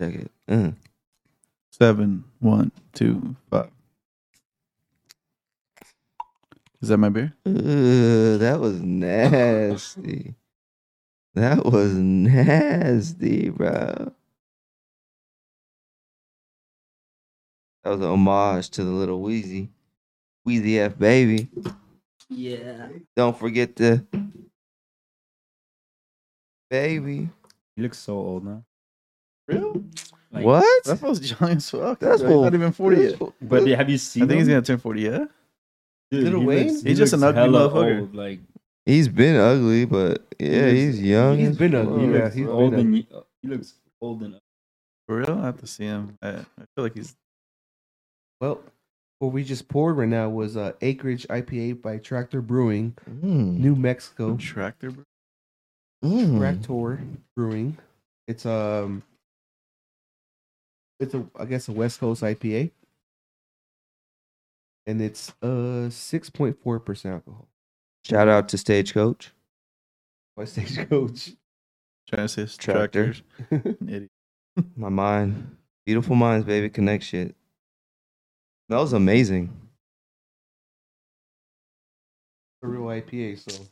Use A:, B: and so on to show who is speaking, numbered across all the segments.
A: Second. Mm.
B: Seven, one, two, five. Is that my beer?
A: Ooh, that was nasty. That was nasty, bro. That was an homage to the little Wheezy. Wheezy F baby.
C: Yeah.
A: Don't forget the baby.
D: You look so old now.
B: Real?
D: Like-
A: what?
B: That feels young as fuck.
A: That's
B: That's
A: what-
B: not even 40 yet.
D: But have you seen?
B: I think he's
D: him?
B: gonna turn 40, yeah?
D: Dude,
A: Lil
D: he
A: Wayne?
D: looks- he
B: He's just
D: looks
B: an ugly
D: hella
B: motherfucker.
D: Old, like
A: He's been ugly, but yeah,
D: He's-
A: he's young.
D: he's
A: as
D: been
A: fuck.
B: Oh,
D: ugly. He
A: Yeah,
D: looks
A: he's been
D: old
A: ugly.
D: and he looks old and
B: For real? I have to see him. I, I feel like he's
C: Well, what we just poured right now was uh, Acreage IPA by Tractor Brewing,
A: Mm,
C: New Mexico.
B: tractor, bro.
A: mm.
C: Tractor Brewing. It's um, it's a I guess a West Coast IPA, and it's uh six point four percent alcohol.
A: Shout out to Stagecoach.
C: By Stagecoach.
B: Trying to say it's
A: Tractor.
B: tractors. An idiot.
A: My mind. Beautiful minds, baby. Connect shit. That was amazing.
C: a real IPA, so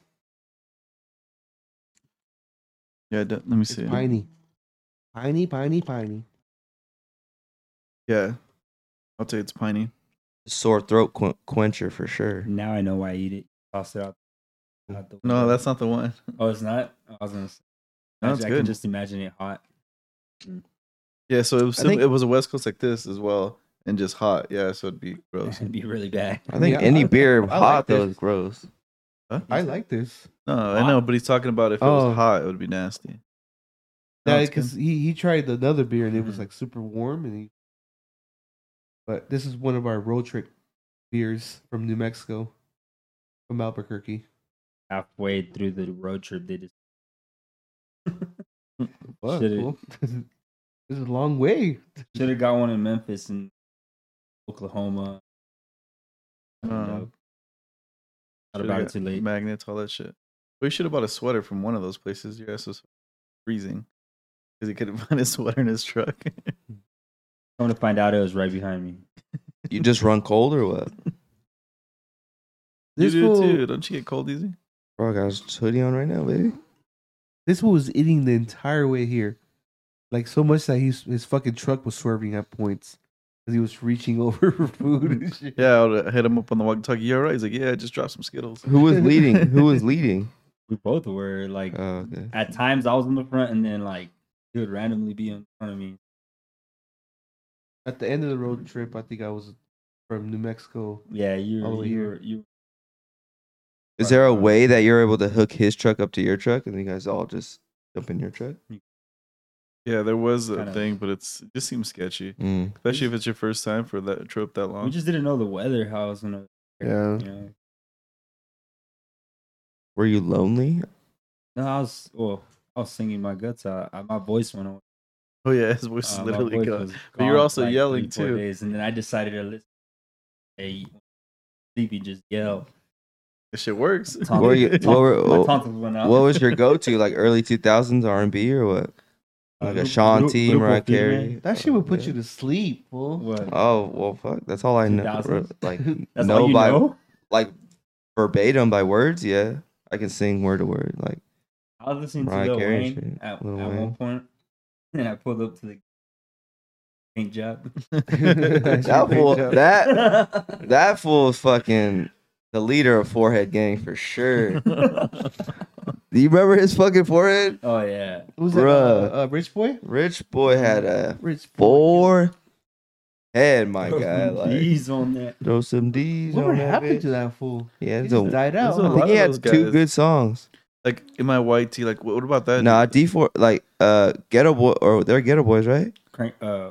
B: Yeah, d- let me
C: it's
B: see.
C: piney, piney, piney, piney.
B: Yeah. I'll say it's piney.
A: Sore throat quen- quencher for sure.
D: now I know why I eat it. Toss it out. out the
B: Mm. No,
D: window.
B: that's not the one.
D: oh, it's not. I was gonna. Say,
B: No,
D: Actually,
B: it's
D: I
B: good.
D: can just imagine it hot.
B: Yeah, so it was
C: I
B: sim-
C: think-
B: it was a West Coast like this as well, and just hot. Yeah, so it'd be gross.
D: It'd be really bad.
A: I think
C: Yeah,
A: any
C: I-
A: beer
C: I
A: hot
C: like
A: though
C: this.
A: is gross.
C: I like this.
B: No, I know, but he's talking about if it
C: Oh.
B: was hot, it would be nasty. No,
C: Yeah,
B: it's good. Mm-hmm.
C: because he, he tried another beer and it was
D: Mhm.
C: like super warm and he. But this is one of our road trip beers from New Mexico, from Albuquerque.
D: Halfway through the road trip, they just
B: Mm.
C: Fuck,
D: Shit, it-
C: well, this is a long way.
D: should have got one in Memphis and Oklahoma. I don't
B: Uh,
D: know. Thought
B: Should've
D: about it
B: got
D: too late.
B: Magnets, all that shit. We should have bought a sweater from one of those places. Your ass was freezing because he couldn't find his sweater in his truck.
D: Come to find out, it was right behind me.
A: You just run cold or what?
B: you
C: This
B: do
C: fool,
B: too. Don't you get cold easy?
A: Bro, I got his hoodie on right now, baby.
C: this fool was eating the entire way here, like so much that he's, his fucking truck was swerving at points because he was reaching over for food and shit.
B: Yeah, I would hit him up on the walkie-talkie. You're right. He's like, yeah, I just dropped some Skittles.
A: Who was leading? Who was leading?
D: We both were like,
A: Oh, okay.
D: at times I was in the front, and then like he would randomly be in front of me.
C: At the end of the road trip, I think I was from New Mexico.
D: Yeah, you,
C: All the way
D: you,
C: here.
D: were, you.
A: Is there a way that you're able to hook his truck up to your truck and you guys all just jump in your truck?
B: Yeah, there was a
D: Kinda.
B: thing, but it's it just seems sketchy,
A: Mm.
B: especially if it's your first time for that trip that long.
D: We just didn't know the weather. How I was gonna.
C: Yeah.
D: You know?
A: Were you lonely?
D: No, I was. Well, I was singing my guts out. I, my voice went away.
B: oh yeah, his voice is
D: Uh, my
B: literally
D: voice
B: gone.
D: was
B: But you were
D: gone for,
B: also
D: like,
B: yelling,
D: three, four
B: too.
D: Days, and then I decided to listen. Hey, sleepy, just yell.
B: This shit works.
D: Taunt-
A: Were you-
D: taunt-
A: what were-
D: my tonsils went out.
A: What was your go-to? Like early 2000s R&B or what?
D: Uh,
A: Like
D: Lu-
A: a Shanti,
D: Lu-
A: Mariah
D: Lupo Field,
A: Carey.
D: man.
C: That shit would put
A: Yeah.
C: you to sleep, fool.
D: What?
A: Oh well, fuck. That's all I know.
D: 2000s?
A: Like
D: That's
A: no
D: all you
A: by
D: know.
A: like verbatim by words. Yeah, I can sing word to word. Like
D: I was listening to
A: Mariah
D: Lil
A: Carey and
D: Wayne
A: shit.
D: at,
A: Lil
D: at
A: Wayne.
D: one point, and I pulled up to the paint job.
A: that fool. That
D: That
A: that fool is fucking the leader of Forehead Gang for sure. Do you remember his fucking forehead?
D: Oh yeah.
C: Who's
A: Bruh.
C: that? Uh, uh, Rich Boy?
A: Rich boy had uh, a
C: Rich
A: forehead, my
D: Throw
A: guy.
D: some
A: Like
D: D's on that.
A: throw some D's
C: What
A: on
C: would
A: that
C: happen
A: bitch.
C: to that fool?
A: Yeah,
C: He
A: it's
C: just
A: a-
C: died out.
B: there's a
A: I think
B: lot
A: he
B: of
A: had
B: those
A: two
B: guys.
A: good songs.
B: like in my white tee. Like, what, what about that?
A: Nah, D four like uh Ghetto Boy or they're Ghetto Boys, right?
D: Crank. Uh,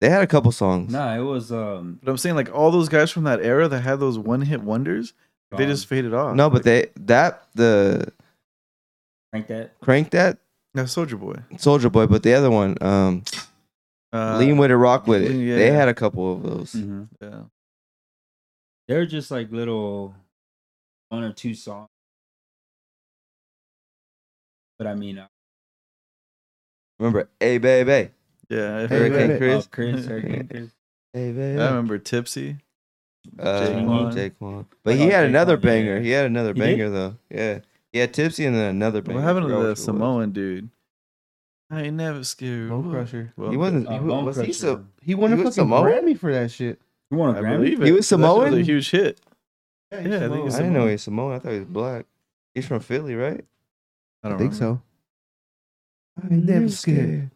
A: They had a couple songs.
D: nah, it was um.
B: But I'm saying like all those guys from that era that had those one-hit wonders, they just faded off.
A: No, but they that the
D: crank that.
A: crank that
B: Now Soldier Boy,
A: Soldier Boy, but the other one, um,
B: uh,
A: Lean with it, Rock with it.
B: Lean- yeah,
A: they
B: yeah.
A: had a couple of those.
D: Mhm.
B: yeah.
D: They were just like little one or two songs. But I mean, uh,
A: Remember, hey baby,
B: Yeah, I,
A: Hurricane
B: remember-
C: wait.
A: Chris.
D: Oh, Chris, Hurricane Chris.
A: Hey,
B: I
A: baby.
B: remember Tipsy.
A: Uh,
D: Jaquan.
A: Jaquan. But
D: I
A: he
D: like
A: had another
D: Jaquan, yeah,
A: banger.
D: yeah.
A: He had another
D: He did?
A: banger though. Yeah. He had Tipsy and then another banger.
B: What
A: I
B: happened to
A: forgot
B: the
A: which one it was.
B: Samoan dude? I ain't never scared.
C: Bone Crusher.
B: Well,
A: He wasn't.
D: Uh,
A: he wa-
D: Bone
A: was he,
D: Crusher.
A: so,
C: He won
A: You
C: a fucking
A: was Samoan?
C: Grammy for that shit.
D: You want a
B: I
D: Grammy?
B: believe it.
A: He was
B: That shit
A: Samoan?
B: was a huge hit.
C: Yeah,
B: he's I think
A: I
B: he's
A: didn't know he was Samoan. I thought he was black. He's from Philly, right?
B: I
C: I
B: don't
C: think
B: remember.
C: so. I ain't never scared.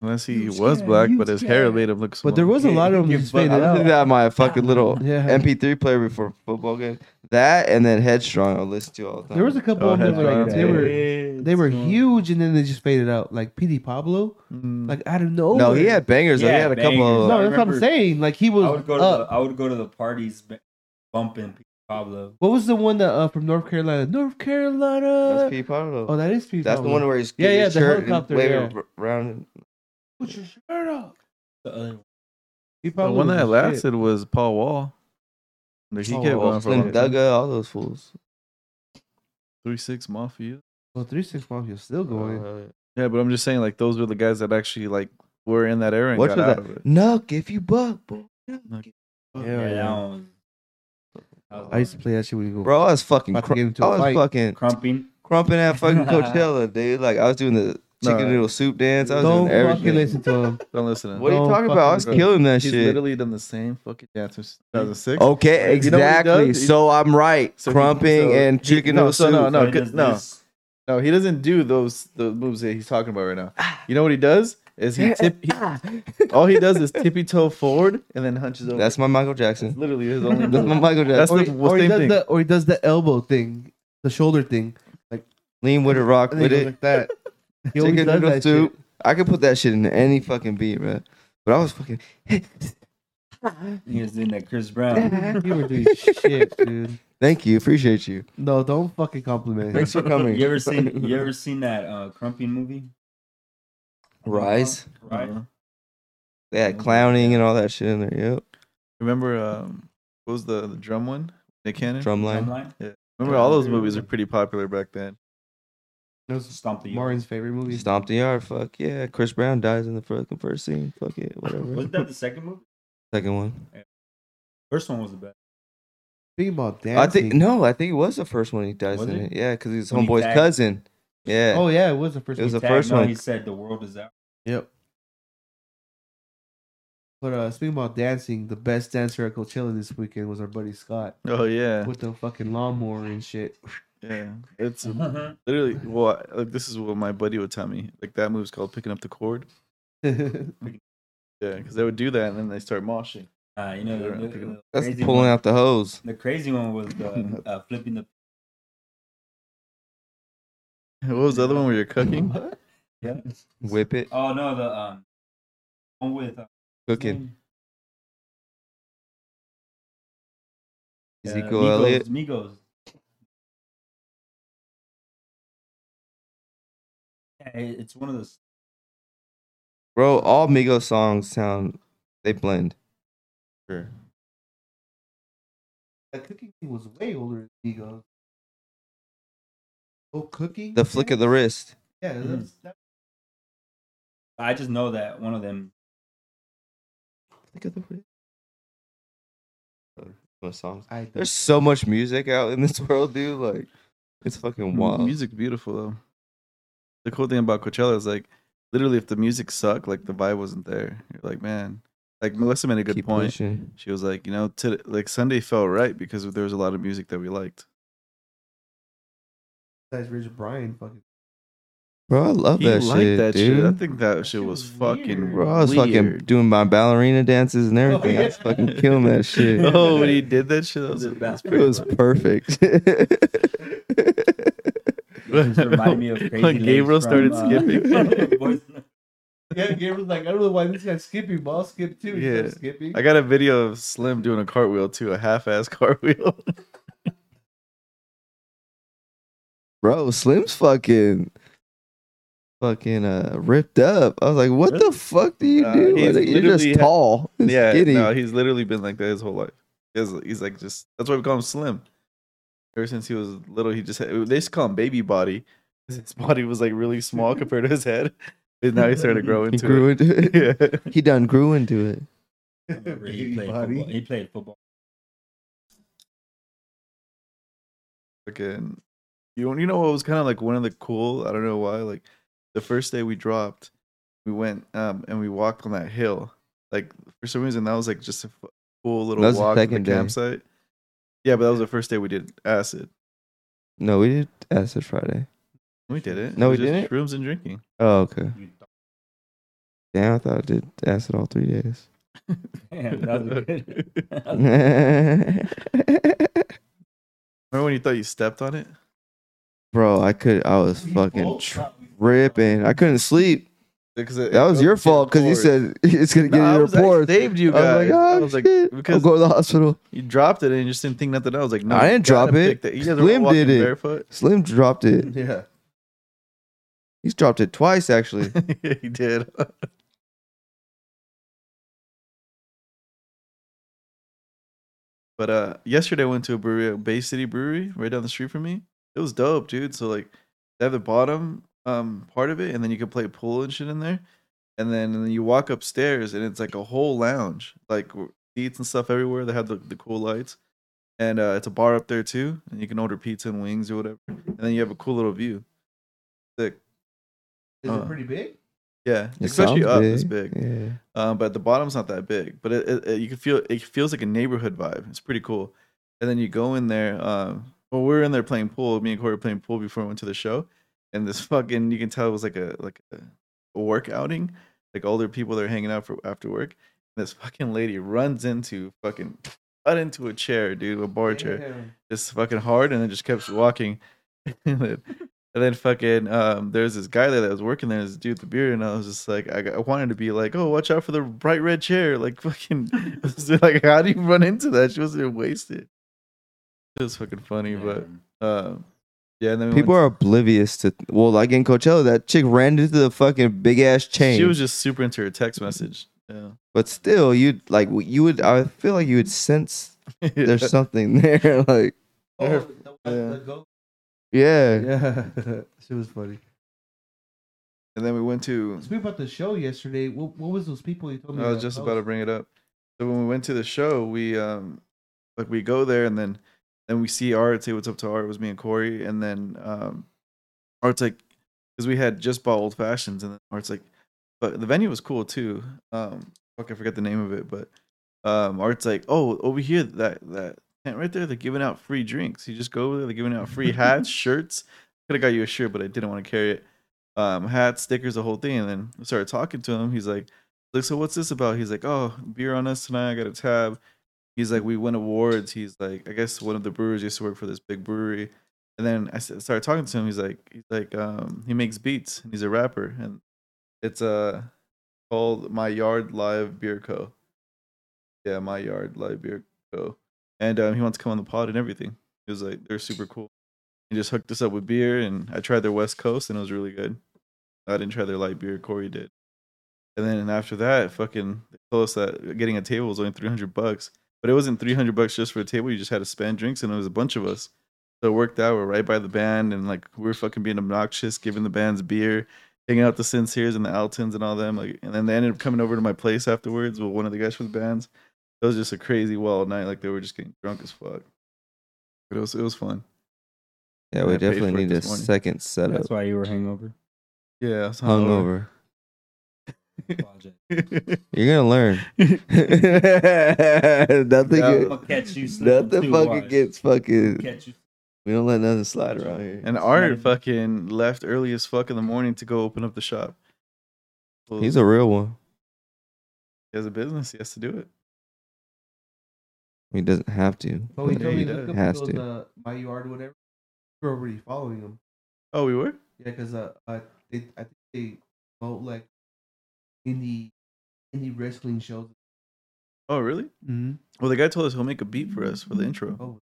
B: Unless he
D: You
B: was
D: scared,
B: black,
D: you
B: but his hair
D: scared.
B: made him look. Samoan.
C: But there was a lot of them
D: You
C: just
D: butt
A: I
C: faded
A: don't think
C: out.
A: that my fucking little
C: Yeah.
A: MP3 player before football game. That and then Headstrong. I listen to all the time.
C: There was a couple
B: Oh,
C: of them that, like
B: Headstrong,
C: they
B: yeah.
C: were they were huge and then they just faded out. Like PD Pablo,
B: Mm.
C: like out of nowhere.
A: no, he had bangers. though.
D: Yeah,
A: he had a couple.
D: bangers.
A: Of,
C: No, that's what I'm
D: remember-
C: saying. Like he was
D: I would go to
C: up.
D: the, I would go to the parties b- bumping Pablo.
C: What was the one that uh, from North Carolina? North Carolina.
A: that's P. Pablo.
C: oh, that is Pete.
A: that's the
C: Pablo.
A: one where he's
C: Yeah,
A: getting
C: yeah,
A: his
C: the
A: shirt and
C: helicopter,
A: waving
C: yeah.
A: around.
C: Put your shirt up.
D: The other one.
C: Pete
B: The
C: Pablo
B: one
C: was
B: that
C: the
B: lasted
C: shit.
B: was Paul Wall. Like, he
C: Paul
B: kept
C: Wall,
B: going for a
A: Slim
B: long time.
A: Dugga, all those fools.
B: Three Six Mafia.
C: Well, Oh, three six mafia's still going.
A: Uh,
B: Yeah, but I'm just saying, like those were the guys that actually like were in that era and
A: What
B: got
A: was
B: out
A: that?
B: of it.
A: Nuck if you buck, boy. Nuck if-
B: Yeah,
D: Yeah,
C: yeah.
D: that one. was- That was
C: I used to play that shit when you go.
A: Bro, I was fucking,
C: About to
A: cr-
C: get into
A: I
C: a
A: was
C: fight.
A: fucking
D: crumping.
A: crumping that fucking Coachella, dude. Like I was doing the chicken
B: Nah.
A: noodle soup dance. I was
C: Don't
A: doing everything.
C: fucking listen to him.
B: Don't listen. To him.
A: What are you
C: Don't
A: talking about? I was
C: fucking-
A: killing that
B: He's
A: shit.
B: literally done the same fucking dance since 2006.
A: Okay,
B: You know what he
A: exactly.
B: does? He-
A: so I'm right.
B: So he-
A: Crumping
B: so
A: and
B: he-
A: chicken
B: no,
A: noodle
B: so
A: soup.
B: no, no.
D: So he
B: good-
D: does
B: no.
D: this.
B: No, he doesn't do those the moves that he's talking about right now. You know what he does is he tip. He, all he does is tippy toe forward and then hunches over.
A: That's my Michael
B: That's
A: Jackson.
B: literally his only.
A: That's
B: move.
A: my Michael Jackson.
B: That's
C: Or,
B: the
C: he-
B: well,
C: or he
B: same
C: does
B: thing.
C: the or he does the elbow thing, the shoulder thing,
A: Lean with it, rock
C: and then
A: with
C: he goes
A: it.
C: like that. He always
A: Chicken
C: does
A: noodle
C: that shit.
A: soup. I could put that shit in any fucking beat, bro. But I was fucking.
D: He was doing that Chris Brown.
C: You were doing shit, dude.
A: Thank you, appreciate you.
C: No, don't fucking compliment him.
A: Thanks for coming.
D: You ever seen you ever seen that uh crumping movie?
A: Rise?
D: Right.
A: They had clowning and all that shit in there. Yep.
B: Remember um, what was the, the drum one? Nick Cannon.
A: Drumline.
D: Timeline?
B: Remember all those movies are pretty popular back then.
C: That was
D: Stomp the
C: Martin's favorite movie.
A: Stomp the yard. Fuck yeah. Chris Brown dies in the fucking first scene. Fuck it. Whatever.
D: Wasn't that the second movie?
A: Second one.
D: First one was the best.
C: Think about dancing.
A: I think no. I think it was the first one he dies
D: Was
A: in.
D: it?
A: It. Yeah, because he was
D: When he
A: homeboy's
D: tagged-
A: cousin. Yeah.
C: Oh yeah, it was the first.
A: It was
C: one.
A: the
D: Tag,
A: first
D: no,
A: one.
D: He said the world is out.
C: Yep. But uh, speaking about dancing, the best dancer at Coachella this weekend was our buddy Scott
B: Oh yeah,
C: with the fucking lawnmower and shit.
B: yeah. It's
D: Mhm.
B: literally well, I- like this is what my buddy would tell me. Like that move's called picking up the cord. Yeah, because they would do that and then they start moshing.
D: Uh, you know, the, the, the
A: That's
D: crazy
A: pulling
D: one,
A: out the hose.
D: The crazy one was the uh, flipping the.
B: What was the other one where you're cooking?
D: Yeah.
A: Whip it.
D: Oh no, the um, one with uh,
A: Cooking.
D: uh,
A: Ezekiel
D: Migos,
A: Elliott.
D: Migos. Yeah, it- it's one of those.
A: Bro, all Migos songs sound they blend. Sure.
C: That cooking thing was way older than Migos. Oh, cooking.
A: The flick of the wrist.
C: yeah. That's, that,
D: I just know that one of them.
A: Flick of the wrist. What songs?
C: I don't
A: There's
C: know.
A: so much music out in this world, dude. Like it's fucking wild.
B: Music's beautiful though. The cool thing about Coachella is like literally if the music sucked, like the vibe wasn't there. You're like, man. Like Melissa made a good
A: Keep
B: point.
A: pushing.
B: She was like, you know, to, like Sunday felt right because there was a lot of music that we liked.
C: Besides Rich Brian, fucking.
A: Bro, I love
B: He
A: that
B: liked
A: shit,
B: that
A: dude.
B: shit. I think that, shit
D: shit
B: was,
D: was
B: fucking
D: weird.
A: Bro, I was fucking
B: weird.
A: doing my ballerina dances and everything. I was
D: yeah.
A: fucking killing that shit.
D: doing-
B: Oh, when he did that shit, that was,
D: Was it
B: that was
D: basketball?
A: It was perfect.
D: It just reminded me of crazy.
B: When
D: Legs
B: Gabriel
D: from,
B: started
D: uh,
B: skipping.
D: Boys-
C: Yeah, Gabriel's like, I don't know why this guy's skipping, but I'll skip too.
B: He's Yeah. not
C: skipping.
B: I got a video of Slim doing a cartwheel too, a half-ass cartwheel.
A: Bro, Slim's fucking fucking uh ripped up. I was like, what the fuck do you
B: Uh,
A: do?
B: he's
A: Like, You're just
B: literally-
A: tall. and
B: yeah,
A: skinny.
B: no, he's literally been like that his whole life. He has- He's, like just that's why we call him Slim. Ever since he was little, he just had, they just call him baby body. 'cause His body was like really small compared to his head. And now he started to grow
A: He
B: into
A: grew into it.
B: it. Yeah.
A: He done grew into it.
D: Remember, he, played
C: Body.
D: football. he played football.
B: Fucking, you you know what was kind of like one of the cool. I don't know why. Like the first day we dropped, we went um and we walked on that hill. Like for some reason that was like just a f- cool little
A: That was the
B: walk to the
A: second day.
B: campsite. Yeah, but that was the first day we did acid.
A: No, we did acid Friday.
B: We did it.
A: No,
B: It
A: we
B: was just
A: didn't?
B: Shrooms and drinking.
A: Oh, okay.
D: You thought,
A: Damn, I thought I did acid all three days.
D: Damn, that was good. That was-
B: Remember when you thought you stepped on it?
A: Bro, I could. I was fucking tripping. I couldn't sleep.
B: 'Cause it-
A: That
B: it
A: was your
B: goes
A: fault because you
B: forward.
A: said it's gonna get
B: No, I
A: you
B: was like,
A: reports.
B: saved you
A: I was
B: guys.
A: like, oh
B: I was like,
A: shit, I'll
B: because
A: go to the hospital.
B: you dropped it and you just didn't think nothing. I was like, no,
A: I
B: you
A: didn't drop
B: gotta
A: it.
B: pick that- You guys were
A: Slim
B: all walking
A: did it.
B: barefoot.
A: Slim dropped
B: Mm-hmm.
A: it.
C: Yeah.
A: He's dropped it twice actually.
B: yeah, he did. but uh yesterday I went to a brewery, a Bay City Brewery, right down the street from me. It was dope, dude. So like they have the bottom um part of it, and then you can play pool and shit in there. And then and then you walk upstairs, and it's like a whole lounge, like w- seats and stuff everywhere. They have the, the cool lights, and uh, it's a bar up there too, and you can order pizza and wings or whatever. And then you have a cool little view.
C: Is
B: Uh.
C: it pretty big?
B: Yeah,
A: It
B: especially
A: sounds
B: up, it's big.
A: Yeah.
B: Um, but the bottom's not that big, but it, it, it- you can feel it feels like a neighborhood vibe. It's pretty cool. And then you go in there. Um, well, we were in there playing pool. Me and Corey were playing pool before I went to the show, and this fucking you can tell it was like a like a, a work outing. Like older people that are hanging out for after work. this fucking lady runs into fucking cut into a chair, dude, a bar chair just fucking hard and then just kept walking. and, then, and then fucking um there's this guy there that was working there, this dude with the beard, and I was just like I, I wanted to be like, Oh, watch out for the bright red chair. Like fucking like how do you run into that? She wasn't wasted. It was fucking funny, but
D: Damn.
B: um yeah, and then we
A: People
B: went
A: are oblivious to well, like in Coachella, that chick ran into the fucking big ass
B: to-
A: chain.
B: She was just super into her text message. Yeah.
A: but still, you'd like you would. I feel like you would sense there's something there. Like
C: Oh, the,
B: Yeah.
C: the goat.
A: yeah,
C: Yeah. she was funny.
B: and then we went to
C: Speaking about the show yesterday, what, what was those people you told me?
B: I was just about to bring it up. So when we went to the show, we um like we go there and then then we see Art say what's up to Art. It was me and Corey, and then um Art's like because we had just bought old fashions, and then Art's like, but the venue was cool too. Um, fuck, I forget the name of it, but um Art's like, oh, over here that that tent right there, they're giving out free drinks. You just go over there, they're giving out free hats, shirts. Could have got you a shirt, but I didn't want to carry it. Um, hats, stickers, the whole thing, and then I started talking to him. He's like like, so what's this about? He's like, oh, beer on us tonight. I got a tab. He's like, we win awards. He's like, I guess one of the brewers used to work for this big brewery. And then I s- started talking to him. He's like, he's like, um, he makes beats and he's a rapper. And it's uh, called My Yard Live Beer Co. Yeah, My Yard Live Beer Co. And um, he wants to come on the pod and everything. He was like, they're super cool. He just hooked us up with beer. And I tried their West Coast and it was really good. I didn't try their light beer. Corey did. And then after that, fucking they told us that getting a table was only three hundred bucks. But it wasn't three hundred bucks just for a table. You just had to spend drinks, and it was a bunch of us. So it worked out. We're right by the band, and like we were fucking being obnoxious, giving the bands beer, hanging out the Sinceres and the Altons and all them. Like, and then they ended up coming over to my place afterwards with one of the guys from the bands. It was just a crazy wild night. Like they were just getting drunk as fuck. But it was it was fun.
A: yeah. We
B: I paid
A: definitely
B: for it
A: need a
B: this morning.
A: second setup.
D: That's why you were hungover.
B: Yeah, I was
A: Hungover.
D: Apologize.
A: You're gonna learn. nothing.
B: Yeah.
A: get-
D: I'ma catch you slipping
A: nothing
D: through
A: fucking
D: water.
A: gets fucking.
D: Catch you.
A: We don't let nothing slide around here.
B: and Art fucking left early as fuck in the morning to go open up the shop. Well,
A: He's a real one.
B: He has a business. He has to do it.
A: He doesn't have to.
C: Oh, he
A: but
C: told
A: he
C: me
B: Yeah,
C: to look up
A: has
C: those,
A: to.
C: uh, my yard, or whatever. We're already following him.
B: Oh, we were.
C: Yeah, because uh, uh, they, I think they promote like indie indie wrestling shows.
B: Oh, really?
C: Mm-hmm.
B: Well, the guy told us he'll make a beat for us for the intro.
C: Oh,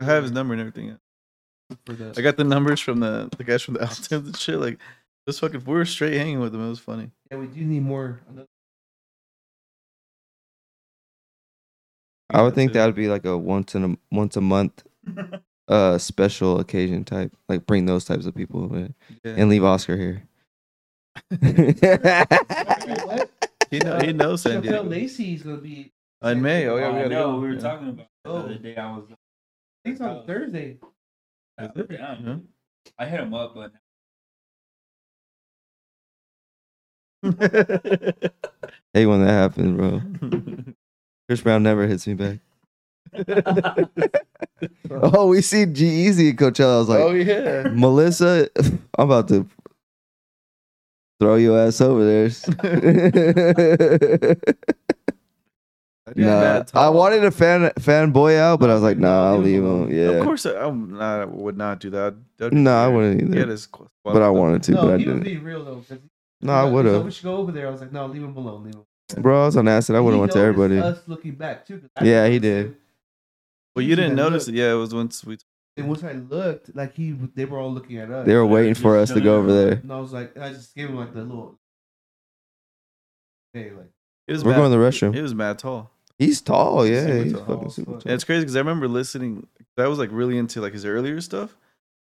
B: I have his number and everything.
C: for the
B: I got the numbers from the the guys from the Altitude and shit. Like, this fucking we were straight hanging with him. It was funny.
C: yeah, we do need more. Another,
A: I would think
B: That's
A: that would be like a once in a once a month, uh, special occasion type. Like bring those types of people in
B: it. Yeah.
A: and leave Oscar here.
B: He, know, he knows San
C: Chappelle
B: Diego.
C: Lacey's gonna be.
B: In May. Oh, yeah, we
D: I
B: gotta
D: know.
B: go.
D: We were
B: Yeah.
D: talking about it the
C: Oh.
D: other day. I was.
C: I think it's
B: Oh.
C: on Thursday.
D: I,
B: Is it? Yeah.
D: I hit him up, but
A: hey, when that happens, bro. Chris Brown never hits me back. oh, we see G Easy at Coachella. I was like,
B: oh yeah.
A: Melissa, I'm about to throw your ass over there.
B: That dude's
A: nah,
B: mad
A: I
B: tall.
A: wanted to fan fanboy out, but I was like, nah, I'll leave him.
B: Of
A: Yeah,
B: course, I, I'm not- I would not do that. That'd be
A: no, I
B: weird.
A: wouldn't
B: Yeah,
A: either.
B: that's cool.
A: But I wanted to, but
C: No,
A: I
C: he was
A: didn't.
C: being real though. 'cause
A: No, I
C: he's like,
A: would
C: "So
A: have.
C: we should go over there. I was like, no, leave him alone. Leave him.
A: Bro, I was on acid. I would have
C: He
A: went to
C: noticed
A: everybody.
C: Us looking back too. 'cause I
A: Yeah, he
C: noticed
A: did.
C: him.
B: Well, you didn't
C: And I
B: notice it.
C: looked,
B: Yeah, it was once we.
C: And once I looked, like he, they were all looking at us.
A: They were waiting for us to go over there.
C: And I was like, and I just gave him like the little. Hey, like
B: It was
A: We're
B: mad-
A: going to the restroom.
B: It was mad tall.
A: He's tall, yeah.
B: Super
A: he's
B: tall.
A: fucking super
B: And
A: tall.
B: it's crazy because I remember listening. I was like really into like his earlier stuff.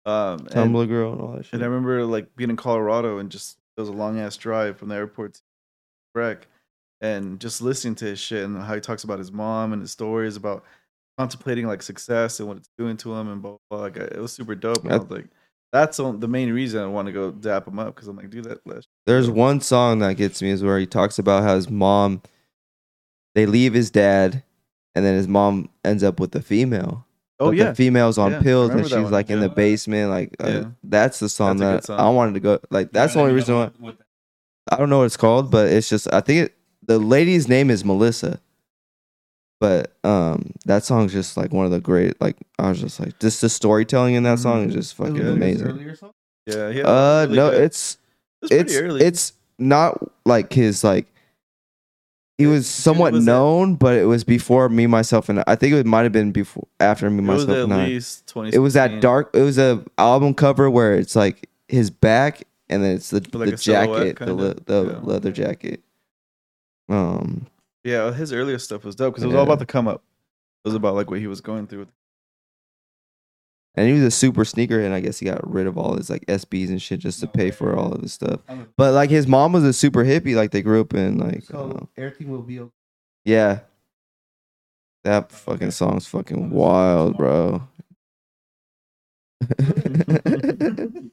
B: Um, and,
A: Tumblr girl and all that shit.
B: and I remember like being in Colorado and just it was a long ass drive from the airport to wreck, and just listening to his shit and how he talks about his mom and his stories about contemplating like success and what it's doing to him and blah blah. blah. Like, it was super dope. And I was like, that's the the main reason I want to go dap him up because I'm like, do that. Less.
A: There's one song that gets me is where he talks about how his mom, they leave his dad, and then his mom ends up with a female.
B: Oh
A: but
B: yeah,
A: the female's on
B: Yeah, I
A: pills and
B: remember
A: she's
B: that one.
A: like in the
B: Yeah.
A: basement. Like uh,
B: Yeah.
A: that's the song
B: That's a
A: that
B: good song.
A: I wanted to go. Like that's the only reason why
D: What,
A: I don't know what it's called, but it's just I think it, the lady's name is Melissa. But um, that song's just like one of the great. Like I was just like, just the storytelling in that song is
B: Mm-hmm.
A: just
C: it was
A: fucking
C: like his
A: amazing.
C: Earlier song.
B: yeah, yeah.
A: Uh,
B: really
A: no,
B: good.
A: it's
B: It was pretty
A: it's
B: early.
A: it's not like his like. He
B: Dude,
A: was somewhat
B: was it-
A: known, but it was before me, myself, and I think it might have been before after me,
B: it was
A: myself,
B: at
A: and I.
B: least twenty.
A: It was that dark. It was a album cover where it's like his back, and then it's the
B: Like
A: the
B: a silhouette,
A: jacket, the le-
B: kinda?
A: the
B: Yeah.
A: leather jacket. Um,
B: Yeah, his earlier stuff was dope because it was all
A: Yeah.
B: about the come up. It was about like what he was going through.
A: and he was a super sneakerhead. and I guess he got rid of all his like SBs and shit just to
D: No
A: pay
D: way.
A: for all of his stuff.
D: I'm a-
A: But like his mom was a super hippie. Like they grew up in like I don't know.
C: So everything will be okay.
A: yeah. That
D: Okay.
A: fucking song's fucking
D: I'm
A: wild,
D: just-
A: bro.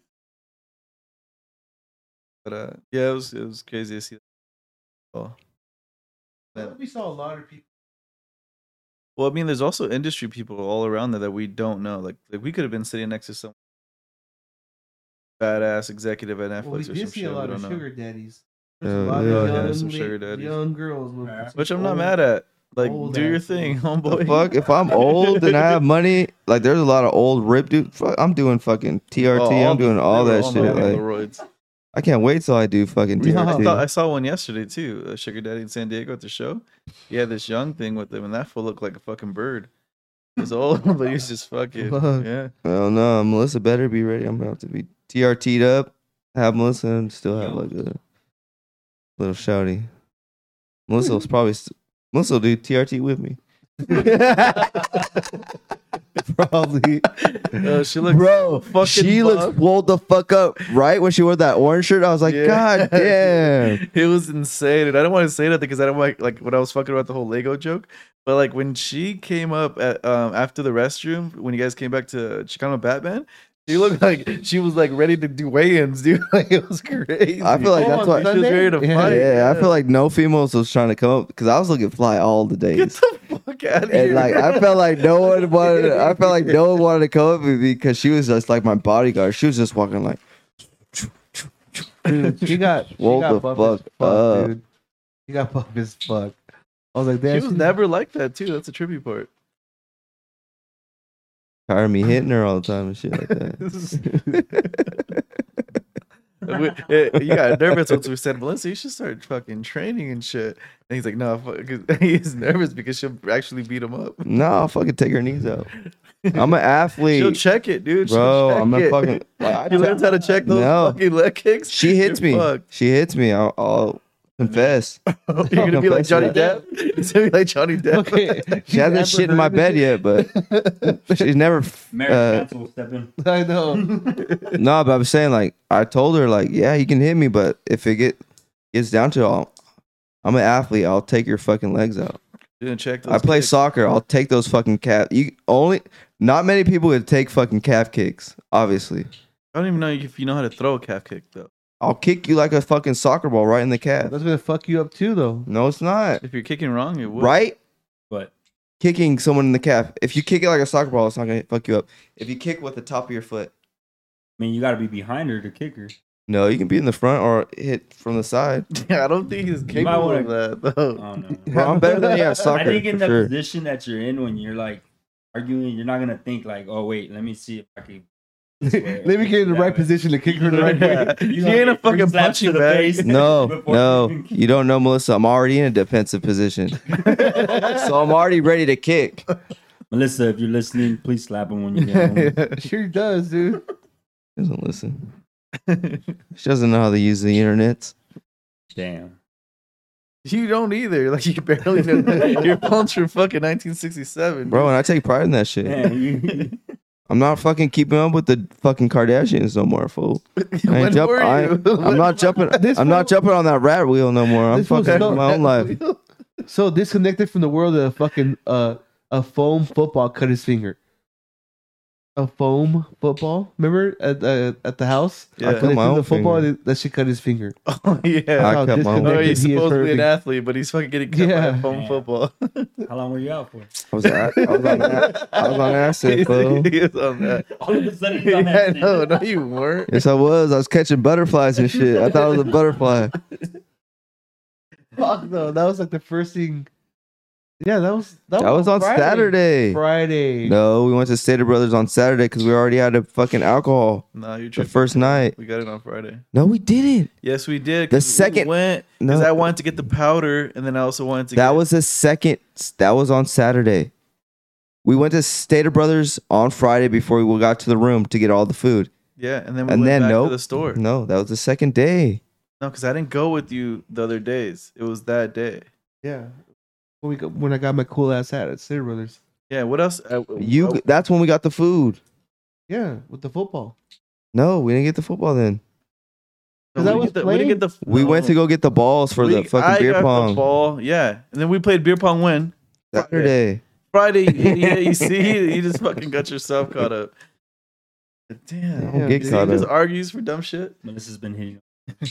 B: But uh, yeah, it was it was crazy to see. Oh. Yeah.
C: We saw a lot of people.
B: Well, I mean, there's also industry people all around there that we don't know. Like, like we could have been sitting next to some badass executive at Netflix
C: Well, we
B: or some
C: did see
B: shit.
C: a lot
B: we
C: of
B: don't know.
C: sugar daddies. There's
A: Oh,
C: a lot
A: yeah.
C: of young,
B: Yeah, some sugar
C: la-
B: daddies.
C: young girls. With
D: Alright.
B: Which I'm not mad at. Like,
C: old
B: do your
C: ass
B: thing,
A: The
B: homeboy.
A: fuck, if I'm old and I have money, like there's a lot of old rip dude. Fuck, I'm doing fucking TRT.
B: Oh,
A: I'm
B: the-
A: doing all
B: they were
A: that
B: on
A: shit.
B: the
A: Like,
B: roids.
A: I can't wait till I do fucking
C: We
A: DRT.
C: have-
B: I, thought, I saw one yesterday too, a sugar daddy in San Diego at the show. He had this young thing with him, and that fool looked like a fucking bird. He was old, but he was just fucking
A: Fuck.
B: yeah.
A: Well, no, Melissa better be ready. I'm about to be TRT'd up, have Melissa, and still have like a little shouty. Melissa was probably st- Melissa will do TRT with me. probably,
B: Uh, she looked
A: bro.
B: fucking
A: she looks
B: buff.
A: rolled the fuck up right when she wore that orange shirt. I was like,
B: Yeah.
A: God damn.
B: it was insane, and I don't want to say that because I don't like like when I was fucking about the whole Lego joke. But like when she came up at um after the restroom when you guys came back to Chicano Batman, she looked like she was like ready to do weigh-ins, dude. Like it was crazy.
A: I feel like
C: Oh,
A: that's
C: on
A: why.
B: she was ready to
C: Yeah.
B: fight.
A: Yeah, I feel like no females was trying to come up because I was looking fly all the
B: Get
A: days.
B: the fuck out of here.
A: And like I felt like no one wanted. I felt like no one wanted to come up with me because she was just like my bodyguard. She was just walking like,
C: Dude, she got she
A: Woke
C: got
A: the
C: buff
A: fuck
C: as fuck,
A: up.
C: dude. She got buff as fuck. I was like,
B: she
C: damn,
B: was never like that too. That's a trippy part.
A: tired of me hitting her all the time and shit like that.
B: we, eh, you got nervous once we said, Melissa, you should start fucking training and shit. And he's like, no, fuck," 'cause he's nervous because she'll actually beat him up.
A: no, I'll fucking take her knees out. I'm an athlete,
B: She'll check it, dude. She'll
A: bro.
B: check
A: I'm a
B: it.
A: fucking. Like, I
B: She learns how to check those
A: No.
B: fucking leg kicks.
A: she hits
B: You're
A: me.
B: fucked.
A: She hits me. I'll, I'll Confess.
B: You're gonna be like Johnny Depp. He's gonna be like Johnny Depp.
C: Okay.
A: She hasn't shit in my bed yet, but she's never. f-
D: Marriage
A: Uh,
D: council will step in.
C: I know.
A: no, but I'm saying like I told her like yeah, you can hit me, but if it get gets down to it, I'll, I'm an athlete. I'll take your fucking legs out.
B: Didn't check.
A: I play soccer. I'll take those fucking calf. You only not many people would take fucking calf kicks. Obviously,
B: I don't even know if you know how to throw a calf kick though.
A: I'll kick you like a fucking soccer ball right in the calf.
C: That's gonna fuck you up too, though.
A: No, it's not
B: If you're kicking wrong, it would.
A: right.
D: But
A: Kicking someone in the calf. If you kick it like a soccer ball, it's not gonna fuck you up. If you kick with the top of your foot,
D: I mean, you got to be behind her to kick her.
A: no, you can be in the front or hit from the side.
B: I don't think he's capable
D: wanna- Uh.
B: of that though.
D: I don't know.
A: Bro, I'm better than you at soccer.
D: I think in
A: for
D: the
A: sure.
D: position that you're in when you're like arguing, you're not gonna think like, oh wait, let me see if I can. this way or
C: Let me get in the
D: that
C: right
D: way."
C: position to kick her in the right way.
B: Yeah.
D: You
B: She
D: gonna
B: ain't a
D: get three
B: fucking
D: slaps to
B: punching
D: the
B: bag.
D: face
A: No,
D: before you
A: no,
D: even-
A: you don't know Melissa. I'm already in a defensive position, so I'm already ready to kick.
D: Melissa, if you're listening, please slap him when you get home.
C: Sure does, dude.
A: She doesn't listen. She doesn't know how to use the internet.
D: Damn.
B: you don't either. Like you barely know. your phone's from fucking 1967,
A: Bro, and I take pride in that shit.
D: Man, you,
A: I'm not fucking keeping up with the fucking Kardashians no more, fool. I
B: When
A: ain't jump,
B: were
A: I,
B: you?
A: am not jumping.
C: This
A: I'm not
C: fool-
A: jumping on that rat wheel no more. I'm
C: This fool's
A: fucking living
C: so-
A: my own life.
C: So disconnected from the world that a fucking uh, a foam football cut his finger. A foam football. Remember at the at the house?
B: Yeah. I
C: When
A: cut
C: they
A: my
C: threw
A: own
C: the football.
A: finger.
C: They, that shit cut his finger.
B: Oh yeah.
A: I
C: How
A: cut my own-
B: Oh,
A: Or
B: he's
C: disconnected he is
B: supposed to be an
C: from-
B: athlete, but he's fucking getting cut by
C: Yeah.
B: a foam
D: Yeah.
B: football.
D: how long were you out for?
A: I was, I, I was on that. I was on acid,
B: He's-
A: fool.
B: he is on that.
D: All of a sudden, he's on
B: Yeah,
D: that
B: no,
D: shit.
B: no, you weren't.
A: Yes, I was. I was catching butterflies and shit. I thought it was a butterfly.
C: Fuck no, that was like the first thing. Yeah, that was that,
B: Oh,
A: That was on
C: Friday.
A: Saturday.
C: Friday.
A: No, we went to Stater Brothers on Saturday because we already had a fucking alcohol
B: No, you
A: the
B: tripped.
A: first night.
B: We got it on Friday.
A: No, we didn't.
B: Yes, we did.
A: The
B: 'cause
A: second-
B: we went
A: No,
B: because I wanted to get the powder, and then I also wanted to.
A: that
B: get,
A: was the second. That was on Saturday. We went to Stater Brothers on Friday before we got to the room to get all the food.
B: yeah, and then we
A: and
B: went
A: then
B: back
A: nope.
B: to the store. No,
A: No, that was the second day.
B: because I didn't go with you the other days. It was that day.
C: Yeah. When we got, when I got my cool ass hat at City Brothers.
B: Yeah. What else? Uh, I,
A: You. That's when we got the food.
C: Yeah, with the football.
A: No, we didn't get the football then.
B: I,
C: Because I was
B: the, we didn't
C: playing-
B: get the.
A: We went to go get the balls for
B: we-
A: the fucking
B: I
A: beer
B: got the
A: pong
B: ball. Yeah, and then we played beer pong when
A: Saturday.
B: Friday. you idiot. you see, you just fucking got yourself caught up. Damn.
A: Don't
C: Yeah,
A: get
B: See,
A: caught
B: he just
A: up.
B: argues for dumb shit.
D: Melissa's been hitting.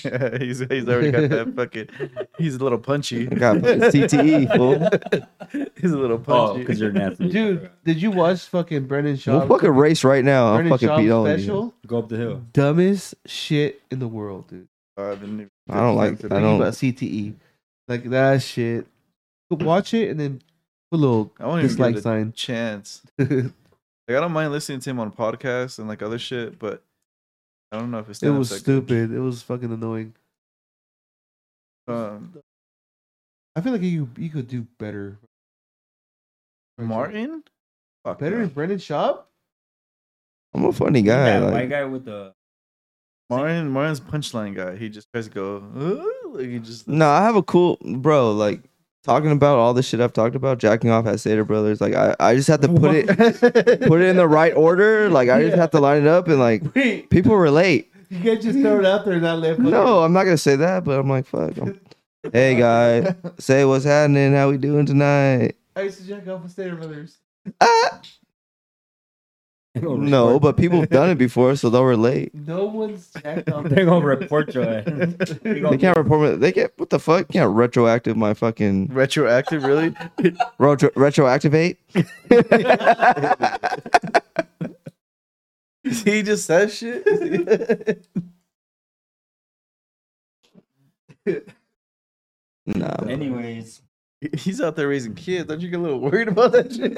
B: Yeah, he's he's already got that fucking. He's a little punchy.
A: Got fucking E. CTE, fool.
B: He's a little
D: Oh,
B: punchy.
D: because you're an athlete.
C: Dude, did you watch fucking Brendan Shaw?
A: We'll fucking race right now. I'll
C: Brendan
A: fucking
C: Shaw
A: beat all of you.
C: special?
D: Go up the hill.
C: Dumbest shit in the world, dude.
B: Uh, the new-
A: I don't like.
C: Like,
A: I
C: you
A: don't.
C: about CTE. Like that shit. Watch it and then put a little
B: I won't even give
C: dislike
B: it a
C: sign.
B: chance. Like I don't mind listening to him on podcasts and like other shit, but I don't know if it's
C: it was
B: like,
C: stupid. It was fucking annoying.
B: um,
C: I feel like you you could do better.
B: Martin. Fuck
C: Better
B: no.
C: than Brendan Shaw?
A: I'm a funny guy.
D: Yeah, that
A: like-
D: white guy with the.
B: Martin. Martin's punchline guy. He just tries to go. "Ooh," Like he just.
A: No, I have a cool bro. Like talking about all the shit I've talked about, jacking off at Seder Brothers. Like I, I just have to put it, put it in the right order. Like I just have to line it up and like
C: Wait,
A: people relate.
C: you can't just throw it out there and not let
A: No, I'm not gonna say that, but I'm like, fuck. I'm- hey guy, say what's happening. How we doing tonight?
C: I used to jack off with Stater Brothers.
A: Ah!
D: Oh,
A: No, but people have done it before, so they'll relate.
C: No one's jacked off.
D: They're gonna report
B: eh?
D: your ass. They
A: They can't report me. They can't. What the fuck? Can't retroactive my fucking
B: Retroactive, really?
A: retro, retroactivate.
B: he just says shit.
A: Nah. bro.
D: Anyways,
B: He's out there raising kids. Don't you get a little worried about that shit?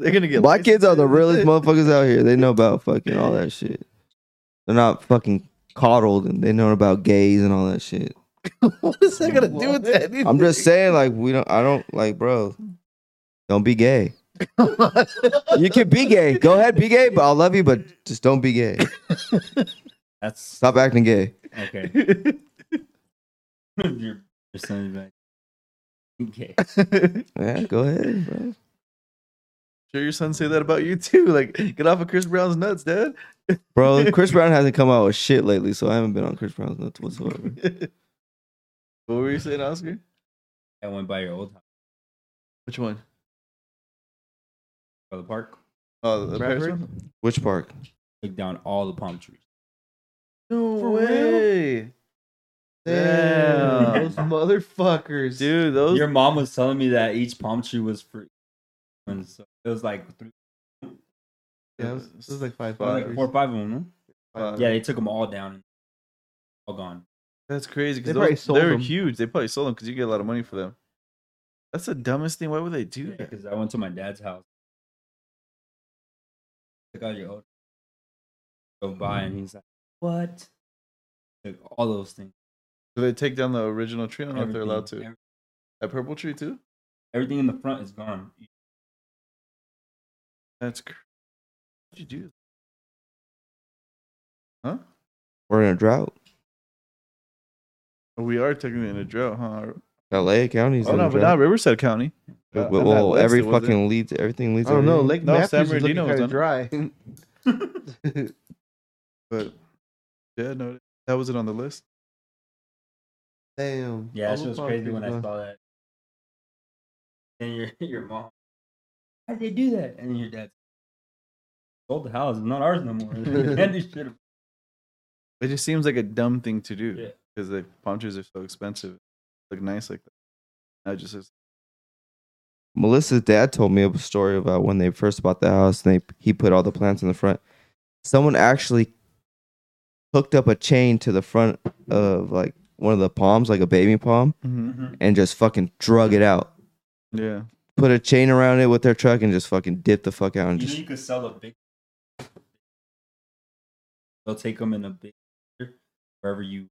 B: They're gonna get
A: My kids are the
B: licenses.
A: realest motherfuckers out here. They know about fucking all that shit. They're not fucking coddled and they know about gays and all that shit.
B: What is that gonna do with that?
A: I'm just saying, like, we don't, I don't, like, bro, don't be gay. You can be gay. Go ahead, be gay, but I love you, but just don't be gay.
D: that's
A: Stop acting gay.
D: okay. or something. Like, okay.
B: Sure,
A: Yeah, go ahead, bro.
B: your son say that about you too. Like, get off of Chris Brown's nuts, Dad.
A: Bro, Chris Brown hasn't come out with shit lately, so I haven't been on Chris Brown's nuts whatsoever.
B: what were you saying, Oscar?
D: I went by your old house
B: Which one?
D: by the park,
B: Oh, the Paris
C: Bradford?
B: one.
A: Which park?
D: took down all the palm trees.
B: No
C: For real?
B: way, Damn.
C: Those motherfuckers.
B: dude. Those
D: Your mom was telling me that each palm tree was free. And so it was like three,
C: Yeah, it was, it was like five.
B: Fuck.
D: like
C: fuckers.
D: four or five of them.
B: Fuck.
D: Huh? Yeah, they took them all down. All gone.
B: That's crazy
C: They
B: because
C: probably sold
B: they're
C: them.
B: huge. They probably sold them because you get a lot of money for them. That's the dumbest thing. Why would they do that?
D: Because I went to my dad's house. Took out your old. Go by
B: Mm.
D: and he's like, "What?" Took all those things.
B: Do they take down the original tree? I don't know if they're allowed
D: everything,
B: to.
D: ev-
B: That purple tree too.
D: Everything in the front is gone.
B: That's crazy. What'd you do?
A: We're in a drought.
B: Oh, We are technically in a drought, huh?
A: LA County's
B: Oh
A: in
B: no,
A: a
B: but not
A: drought.
B: Riverside County.
A: Well,
B: Uh,
A: well,
B: that
A: every
B: list, was it?
A: fucking leads, everything leads.
C: I don't know.
A: everything.
C: Lake
B: No,
C: Matthews
B: San
C: is looking
B: Bernardino was
C: kinda dry.
B: But yeah, no, that wasn't on the list.
C: Damn.
D: Yeah,
C: All
D: that shit
C: the
D: was crazy
C: fuckers
D: when I
C: gone.
D: saw that. And your your mom, how'd they do that? And your dad sold the house. It's not ours no more. and this shit.
B: It just seems like a dumb thing to do
D: Yeah.
B: because the palm trees are so expensive. Look nice like that. I just
A: Melissa's dad told me a story about when they first bought the house and they he put all the plants in the front. Someone actually hooked up a chain to the front of like one of the palms, like a baby palm,
D: mm-hmm,
A: and just fucking drug it out.
B: yeah.
A: Put a chain around it with their truck and just fucking dip the fuck out and
D: You know
A: just
D: you could sell a big. They'll take them in a big wherever you.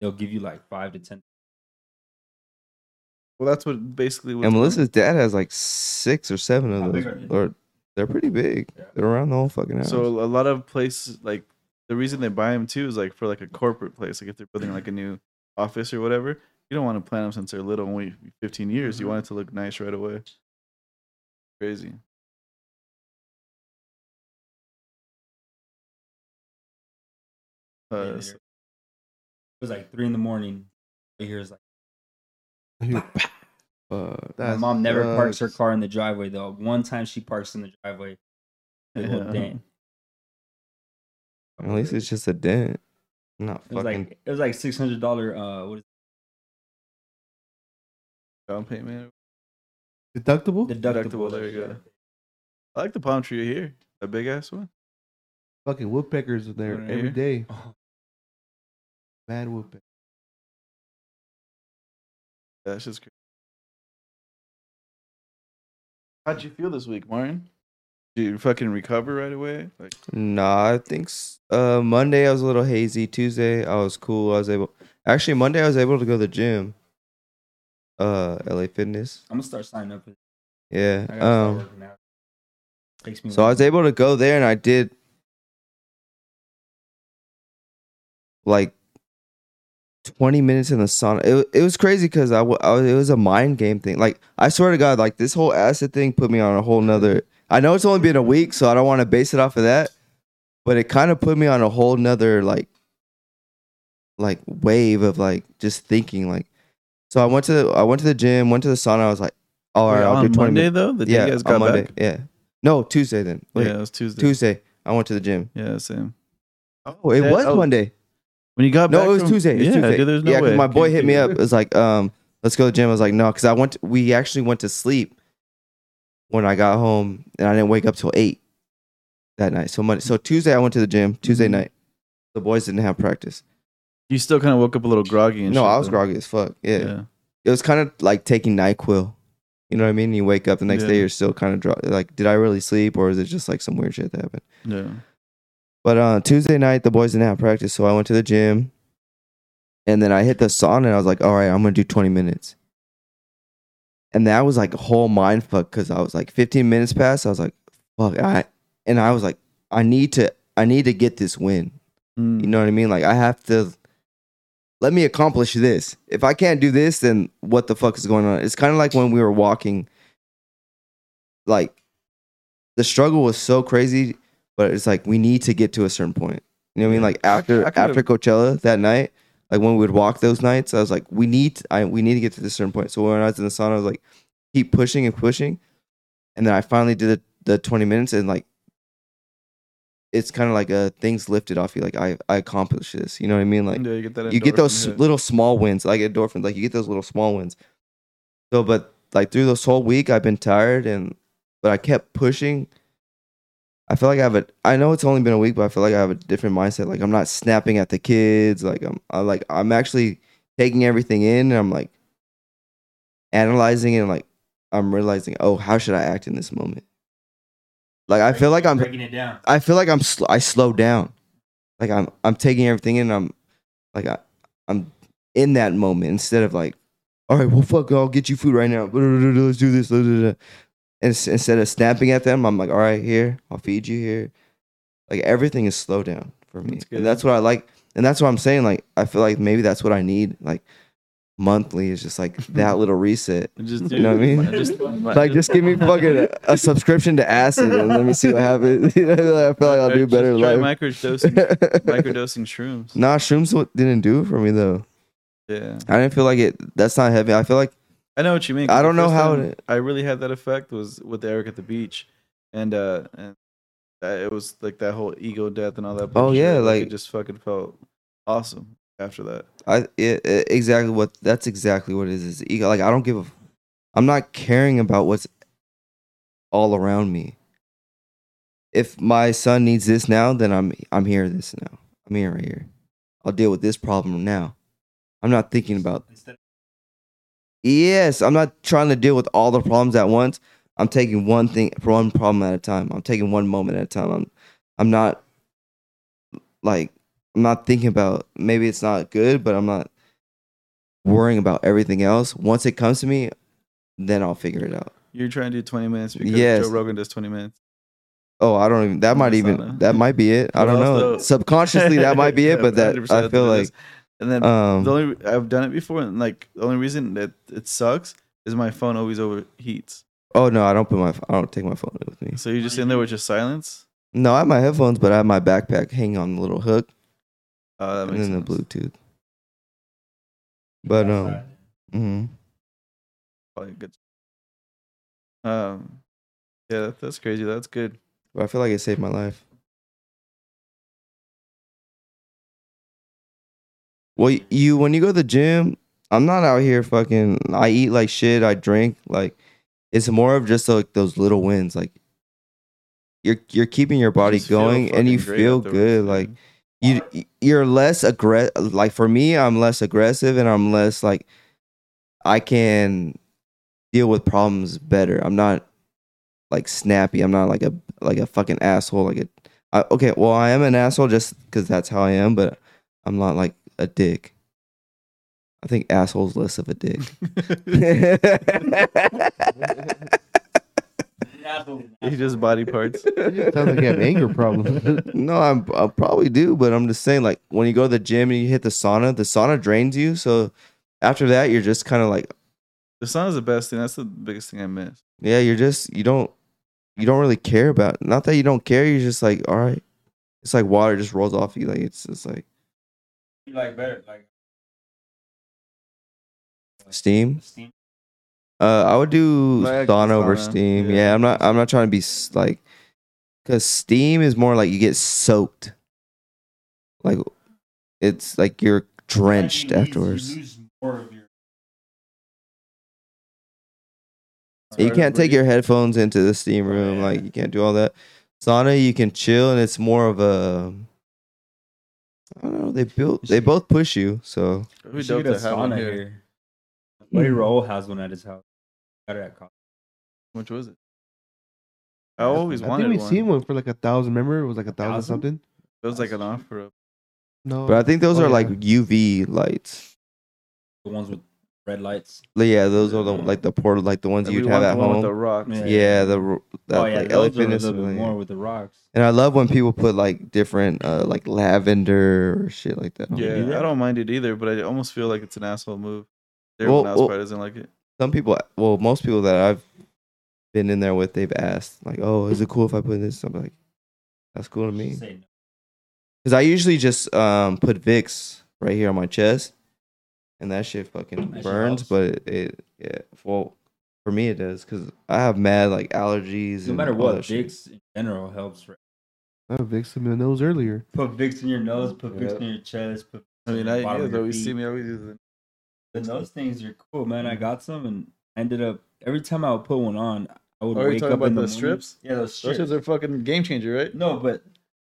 D: They'll give you like five to ten.
B: Well, that's what basically. was
A: and
B: done.
A: Melissa's dad has like six or seven
D: How
A: of
D: big
A: those.
D: are they?
A: Or they're pretty big.
D: Yeah.
A: They're around the whole fucking house.
B: So a lot of places like the reason they buy them too is like for like a corporate place. Like if they're building like a new office or whatever, you don't want to plant them since they're little, only 15 years. You want it to look nice right away. Crazy. Uh,
D: Yeah,
B: so-
D: It was like three in the morning. I hear it's like
A: uh,
D: my
C: That
D: mom never parks her
C: sucks.
D: car in the driveway though. One time she parks in the driveway. The whole
B: Yeah.
D: dent.
A: at least it's just a dent. Not
D: It was
A: fucking
D: like it was like six hundred dollar. Uh, what is
B: down payment.
C: Deductible?
D: it? deductible?
B: Deductible, there you go. I like the palm tree here. That big ass one.
C: Fucking woodpeckers are there
B: Right
C: every
B: here.
C: day.
D: Oh.
C: Mad woodpecker.
B: That's just crazy. How'd you feel this week, Martin? Did you fucking recover right away? Like
A: Nah, I think s- uh, Monday I was a little hazy. Tuesday I was cool. I was able. Actually, Monday I was able to go to the gym. Uh, LA Fitness.
D: I'm gonna start signing up. For this.
A: Yeah.
D: I gotta start
A: Um.
D: working out. Takes me.
A: So I was able to go there and I did like twenty minutes in the sauna. It wa- it was crazy because I, wa- I was, it was a mind game thing. Like I swear to God, like this whole acid thing put me on a whole nother. I know it's only been a week, so I don't want to base it off of that, but it kind of put me on a whole nother like like wave of like just thinking like. So I went to the, I went to the gym, went to the sauna. I was like, all right,
B: Wait,
A: I'll
B: on
A: do twenty
B: Monday
A: minutes.
B: though, the
A: yeah,
B: day you guys
A: on
B: got
A: Monday.
B: back.
A: Yeah, no Tuesday then. Wait,
B: Yeah, it was Tuesday.
A: Tuesday. I went to the gym.
B: Yeah, same.
A: Oh, it
B: Yeah,
A: was
B: oh,
A: Monday.
B: When you got
A: No,
B: back,
A: it was
B: from-
A: Tuesday. It was
B: yeah,
A: Tuesday.
B: dude, there's no
A: yeah, 'cause
B: way.
A: my boy hit me
B: Can't
A: up. It was like, um, let's go to the gym. I was like, no, because I went. To, we actually went to sleep when I got home, and I didn't wake up till eight that night. So Monday, so Tuesday, I went to the gym. Tuesday
B: Mhm.
A: night, the boys didn't have practice.
B: You still kind of woke up a little groggy. And
A: No,
B: shit,
A: I was
B: though.
A: groggy as fuck. Yeah,
B: Yeah.
A: it was kind of like taking Nyquil. You know what I mean? You wake up the next
B: Yeah.
A: day, you're still kind of dro- like, did I really sleep, or is it just like some weird shit that happened?
B: yeah,
A: But uh, Tuesday night, the boys didn't have practice, so I went to the gym, and then I hit the sauna. And I was like, "All right, I'm gonna do 20 minutes," and that was like a whole mind fuck because I was like, 15 minutes passed. I was like, "Fuck," I and I was like, "I need to, I need to get this win."
B: Mm.
A: You know what I mean? Like I have to let me accomplish this. If I can't do this, then what the fuck is going on? It's kind of like when we were walking. Like, the struggle was so crazy, but it's like we need to get to a certain point. You know what I mean? Like after
B: I could've-
A: after Coachella that night, like when we would walk those nights, I was like, we need I we need to get to this certain point. So when I was in the sauna, I was like, keep pushing and pushing, and then I finally did the, the twenty minutes, and like, it's kind of like uh things lifted off you. Like I I accomplished this. You know what I mean? Like
B: yeah, you get that.
A: you get
B: endorphin
A: those
B: hit.
A: little small wins, like endorphins. Like you get those little small wins. So, but like through this whole week, I've been tired, and but I kept pushing. I feel like I have a. I know it's only been a week, but I feel like I have a different mindset. Like I'm not snapping at the kids. Like I'm. I like I'm actually taking everything in, and I'm like analyzing it. And like I'm realizing, oh, how should I act in this moment? Like I feel like I'm
D: breaking it down.
A: I feel like I'm sl- I slow down. Like I'm I'm taking everything in. I'm like I, I'm in that moment instead of like, all right, well fuck, I'll get you food right now. Let's do this. And s- instead of snapping at them, I'm like, all right, here, I'll feed you here. Like everything is slow down for me,
B: That's good.
A: and that's what I like. And that's what I'm saying. Like I feel like maybe that's what I need. Like monthly is just like that little reset.
B: And Just,
A: You know what I mean?
B: Just,
A: Like just give me fucking a, a subscription to acid and let me see what happens. You know, I feel like I'll do
B: Just
A: better. in
B: Try
A: life.
B: microdosing, microdosing shrooms.
A: Nah, shrooms w- didn't do it for me though.
B: Yeah,
A: I didn't feel like it. That's not heavy. I feel like
B: I know what you mean. 'cause
A: I
B: the
A: don't know
B: first
A: how
B: time
A: it-
B: I really had that effect was with Eric at the beach, and uh, and uh, it was like that whole ego death and all that.
A: Oh, yeah,
B: it
A: like-
B: just fucking felt awesome after that.
A: I it, it- exactly what that's exactly what it is. It's ego. Like I don't give a. f- I'm not caring about what's all around me. If my son needs this now, then I'm I'm here. This now. I'm here right here. I'll deal with this problem now. I'm not thinking about
D: Instead
A: Yes, I'm not trying to deal with all the problems at once. I'm taking one thing, one problem at a time. I'm taking one moment at a time. I'm, I'm not like I'm not thinking about. Maybe it's not good, but I'm not worrying about everything else. Once it comes to me, then I'll figure it out.
B: You're trying to do 20 minutes because
A: Yes.
B: Joe Rogan does 20 minutes.
A: Oh, I don't even. That might even.
B: Sauna.
A: That might be it. I
B: Well,
A: don't know.
B: also-
A: Subconsciously, that might be it.
B: Yeah,
A: But that
B: 100%
A: I feel
B: it
A: like
B: is. and then the
A: um.
B: only I've done it before, and like the only reason that it sucks is my phone always overheats.
A: Oh no, I don't put my. I don't take my phone with me.
B: So you're just in there with just silence.
A: No, I have my headphones, but I have my backpack hanging on the little hook.
B: Uh, that
A: and
B: makes
A: then
B: sense.
A: the Bluetooth. But um, mhm.
B: Probably good. Um, yeah, that, that's crazy. That's good.
A: But I feel like it saved my life. Well, y- you when you go to the gym, I'm not out here fucking. I eat like shit. I drink like. It's more of just like those little wins. Like you're you're keeping your body
B: Just feel
A: going, and
B: fucking
A: you
B: great
A: feel
B: afterwards,
A: good.
B: yeah.
A: Like you you're less aggressive like for me i'm less aggressive and i'm less like i can deal with problems better i'm not like snappy i'm not like a like a fucking asshole like a I, okay well i am an asshole just because that's how i am but i'm not like a dick i think asshole's less of a dick
B: he just body parts.
C: Sounds like you have anger problems.
A: No, I'm, I probably do, but I'm just saying, like, when you go to the gym and you hit the sauna, the sauna drains you. So after that, you're just kind of like,
B: The sun is the best thing. That's the biggest thing I miss.
A: yeah, you're just, you don't, you don't really care about. Not that you don't care, you're just like, all right. It's like water just rolls off you. Like, it's just like
D: you like better, like
A: steam.
D: steam.
A: Uh, I would do
B: Like
A: sauna over
B: sauna,
A: steam.
B: yeah.
A: Yeah. I'm not, I'm not trying to be s- like, because steam is more like you get soaked. Like, it's like you're drenched
D: You lose-
A: afterwards.
D: You lose more of your.
A: You
B: Sorry,
A: can't
B: what
A: take
B: you-
A: your headphones into the steam room.
D: yeah.
A: Like you can't do all that. Sauna, you can chill, and it's more of a. I don't know. They built. They both push you. So
B: It'd be dope to have one here.
D: Buddy
A: Mm.
D: Raoul has one at his house. Got it at Costco.
B: Which was it? I always
C: I
B: wanted
C: think we
B: one.
C: seen one for like a thousand. Remember, it was like a thousand,
D: Thousand?
C: something.
B: It was like an offer up.
C: No,
A: but I think those
C: Oh,
A: are
C: yeah.
A: like UV lights.
D: The ones with Red lights.
A: Like, yeah, those are the like the portal, like the ones
B: And
A: you'd
B: we
A: have
B: want
A: at
B: the one with
A: home.
B: the rocks.
A: yeah.
D: Yeah.
A: the ro- that,
D: oh yeah,
A: like
D: those
A: Ellie
D: are a
A: Fitness.
D: little bit
A: like-
D: more with the rocks.
A: And I love when people put like different, uh, like lavender or shit like that. on
B: Yeah,
A: it.
D: do that?
B: I don't mind it either, but I almost feel like it's an asshole move.
A: Well,
B: Everyone else
A: well-
B: probably doesn't like it.
A: Some people, well, most people that I've been in there with, they've asked like, "Oh, is it cool if I put this?" I'm like, "That's cool to me."
D: Just say no.
A: Because I usually just um put Vicks right here on my chest, and that shit fucking
D: That shit
A: burns.
D: helps.
A: but it, it, yeah, well, for me it does because I have mad like allergies.
D: No
A: and
D: matter
A: all
D: what,
A: that shit.
D: Vicks in general helps. For,
C: I fixed some of those earlier.
D: put Vicks in your nose. Put Vicks
A: Yeah.
D: in your chest. Put
B: I mean,
D: Bottom
B: I
D: of
B: yeah,
D: your
B: though you
D: feet.
B: see me, I always do the
D: And those things are cool, man. I got some and ended up every time I would put one on, I would
B: Are you
D: wake up
B: talking
D: in
B: about
D: the
B: the
D: morning-
B: strips?
D: Yeah, those
B: Those
D: strips.
B: shits are fucking game changer, right?
D: No, but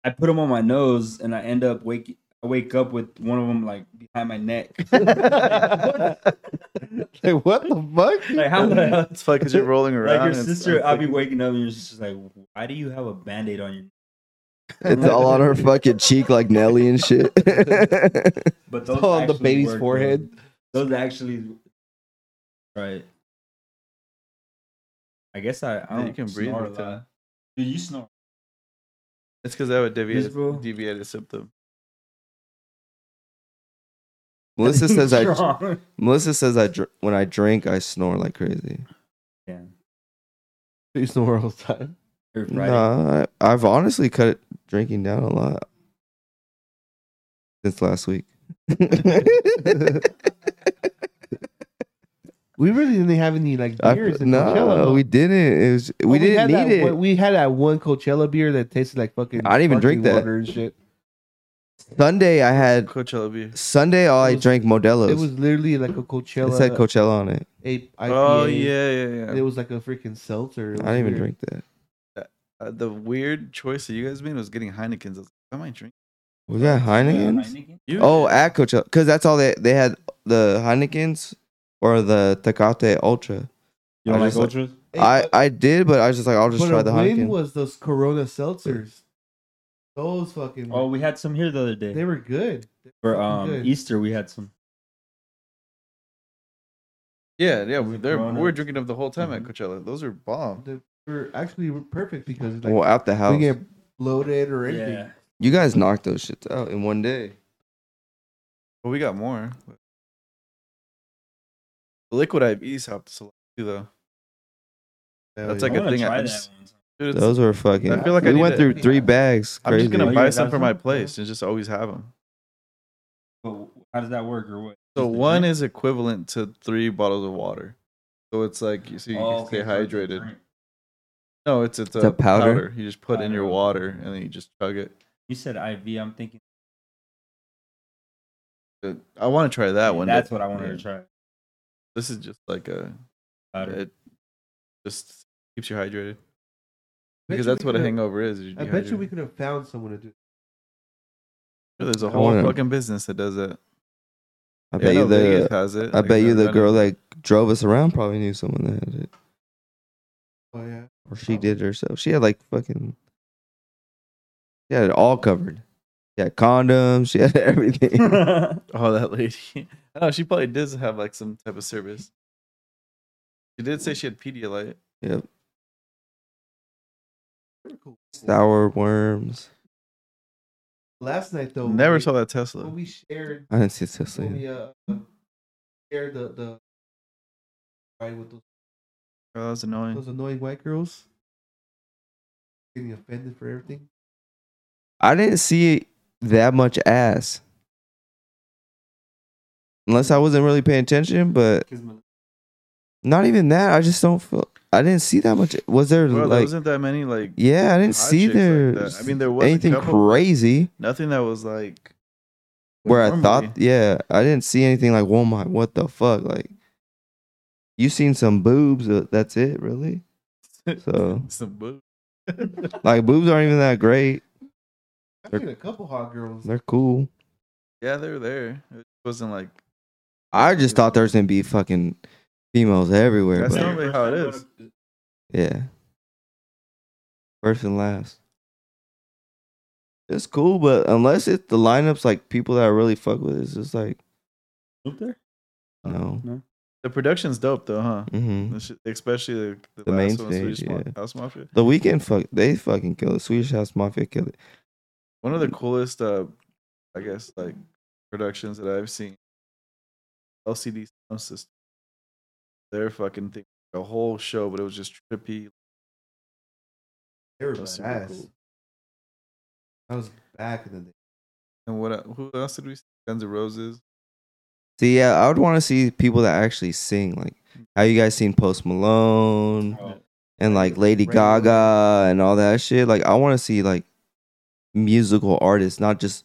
D: I put them on my nose, and I end up wake. I wake up with one of them like behind my neck. like,
C: Like what the fuck?
D: how the hell?
B: It's fucking you're rolling around.
D: Like your
B: and it's-
D: sister,
B: it's
D: I'll be
B: like-
D: waking up and you're just like, why do you have a band-aid on your?
A: It's all on her fucking cheek like Nelly and shit.
D: But those
C: It's all on the
D: actually
C: baby's
D: work, bro.
C: forehead.
D: Those actually, right? I guess I. I
B: Yeah,
D: don't
B: you can breathe
D: snore a
B: with
D: lot.
B: that.
D: Dude, you snore.
B: It's because I have a deviated,
D: Miserable.
B: deviated symptom.
A: Melissa says I.
D: Strong.
A: Melissa says I. Dr- when I drink, I snore like crazy.
C: You snore all the time.
D: Every Friday.
A: No, I, I've honestly cut it, drinking down a lot since last week.
C: We really didn't have any like
A: I-
C: beers in Coachella.
A: no,
C: though.
A: we didn't. It was, we
C: Oh,
A: didn't
C: had
A: need
C: that
A: it.
C: one- we had that one Coachella beer that tasted like fucking.
A: I didn't even drink
C: sparkling
A: that.
C: water and shit.
A: Sunday, I had
B: Coachella beer.
A: Sunday. All I
C: was-
A: drank Modelo's.
C: It
A: It,
C: was literally like a Coachella.
A: said Coachella on it.
C: a IPA.
B: Oh yeah, yeah,
C: And
B: yeah.
C: it was like a freaking seltzer. It
A: I
C: was
A: didn't even
C: weird.
A: drink that.
B: Uh, the weird choice that you guys made was getting Heineken's. I was like, Why am I drinking?
A: Was that Heineken's?
D: Heineken?
B: You?
A: Oh, at Coachella, because that's all they they had the Heinekens or the Tecate Ultra. I
D: You don't like
A: just like-
D: ultras?
C: Hey,
A: I
C: but-
A: I did, but I was just like, I'll just
C: but
A: try
C: a
A: the
C: win
A: Heineken.
C: was those Corona seltzers. Those fucking.
D: Oh, we had some here the other day.
C: they were good.
D: For
C: fucking
D: um
C: good.
D: Easter, we had some.
B: Yeah, yeah.
D: Was
B: We,
D: it
B: they're,
D: Corona?
B: we were drinking them the whole time
D: Mm-hmm.
B: at Coachella. Those are bomb.
C: They were actually perfect because like
A: well, out the
C: we
A: house,
C: get bloated or anything.
D: Yeah.
A: you guys knocked those shits out in one day.
B: But we got more. The liquid IVs helped us a lot too, though.
C: Hell
B: That's
C: yeah.
B: like a
D: wanna
B: thing I-
D: try
B: I
D: that
B: just-
D: one time.
B: Dude, it's-
A: Those were fucking.
B: I feel like I
A: we
B: need
A: went
B: to-
A: through three bags.
B: I'm
A: Crazy.
B: just gonna
D: Oh, you
B: buy
D: guys
B: some
D: have
B: for my
D: some?
B: place and just always have them.
D: But how does that work or what?
B: So one is equivalent to three bottles of water. So it's like you see, you
D: Oh,
B: can stay hydrated. No, it's it's,
A: It's a powder?
B: You just put in your
D: Powder.
B: water and then you just chug it.
D: You said IV. I'm thinking
B: But I want to try that one.
D: That's
B: but
D: what I wanted to
B: Yeah.
D: try.
B: This is just like a
D: Powder.
B: it just keeps you hydrated
C: Bet
B: because
C: you
B: that's
C: we
B: what a
C: could've-
B: hangover is. is you're
C: I bet you we
B: dehydrated.
C: could have found someone to do. it.
B: There's a
A: I
B: whole
A: wanna-
B: fucking business that does it.
A: I bet you the.
B: has it.
A: I
B: Like,
A: bet you
B: I've
A: the
B: done
A: girl
B: it.
A: that drove us around probably knew someone that had it,
C: Oh yeah.
A: or she did herself. She had like fucking. She had it all covered. She had condoms. She had everything.
B: Oh, that lady. I know she probably does have like some type of service. She did say she had Pedialyte.
A: yep.
C: Pretty cool.
A: Sour worms.
C: Last night though,
B: Never
C: we-
B: saw that Tesla.
C: When we shared,
A: I didn't see Cecily.
C: when we uh, shared the the ride with those,
B: Oh, that was annoying.
C: those annoying white girls, getting offended for everything.
A: I didn't see that much ass. Unless I wasn't really paying attention, but not even that. I just don't feel. I didn't see that much. Was there
B: Bro, there
A: like?
B: wasn't that many like
A: Yeah, I didn't
B: hot
A: see
B: chicks like
A: there.
B: that. I mean, there was a
A: anything
B: couple.
A: crazy
B: nothing that was like
A: where I
B: normally.
A: thought. Yeah, I didn't see anything like. Whoa, my, what the fuck? Like, you seen some boobs? Uh, that's it, really. So
B: some boob.
A: like, boobs aren't even that great.
C: I
A: They're-
C: seen a couple hot girls.
A: They're cool.
B: Yeah, they were there. It wasn't like
A: I just thought there was gonna be fucking females everywhere.
B: That's
A: but-
B: normally how it is.
A: Yeah. First and last. It's cool, but unless it's the lineups like people that I really fuck with, it's just like
D: Up there?
A: no.
D: No.
B: The production's dope though, huh?
A: Mm-hmm.
B: The shit- Especially the, the,
A: The
B: last
A: main
B: one, Swedish
A: stage,
B: Ma-
A: yeah.
B: House Mafia.
A: The weekend, fuck, they fucking killed it. Swedish House Mafia killed it.
B: One of the coolest, uh, I guess, like productions that I've seen. LCD Sound System. Their fucking thing, a whole show, but it was just trippy.
C: They were
B: That was super
C: badass.
B: cool.
C: That was back in the day.
B: And what? el- Who else did we see? Guns N' Roses.
A: See, yeah, I would want to see people that actually sing. Like, have you guys seen Post Malone
D: Oh,
A: and like Lady
C: Regular.
A: Gaga and all that shit? Like, I want to see like musical artists, not just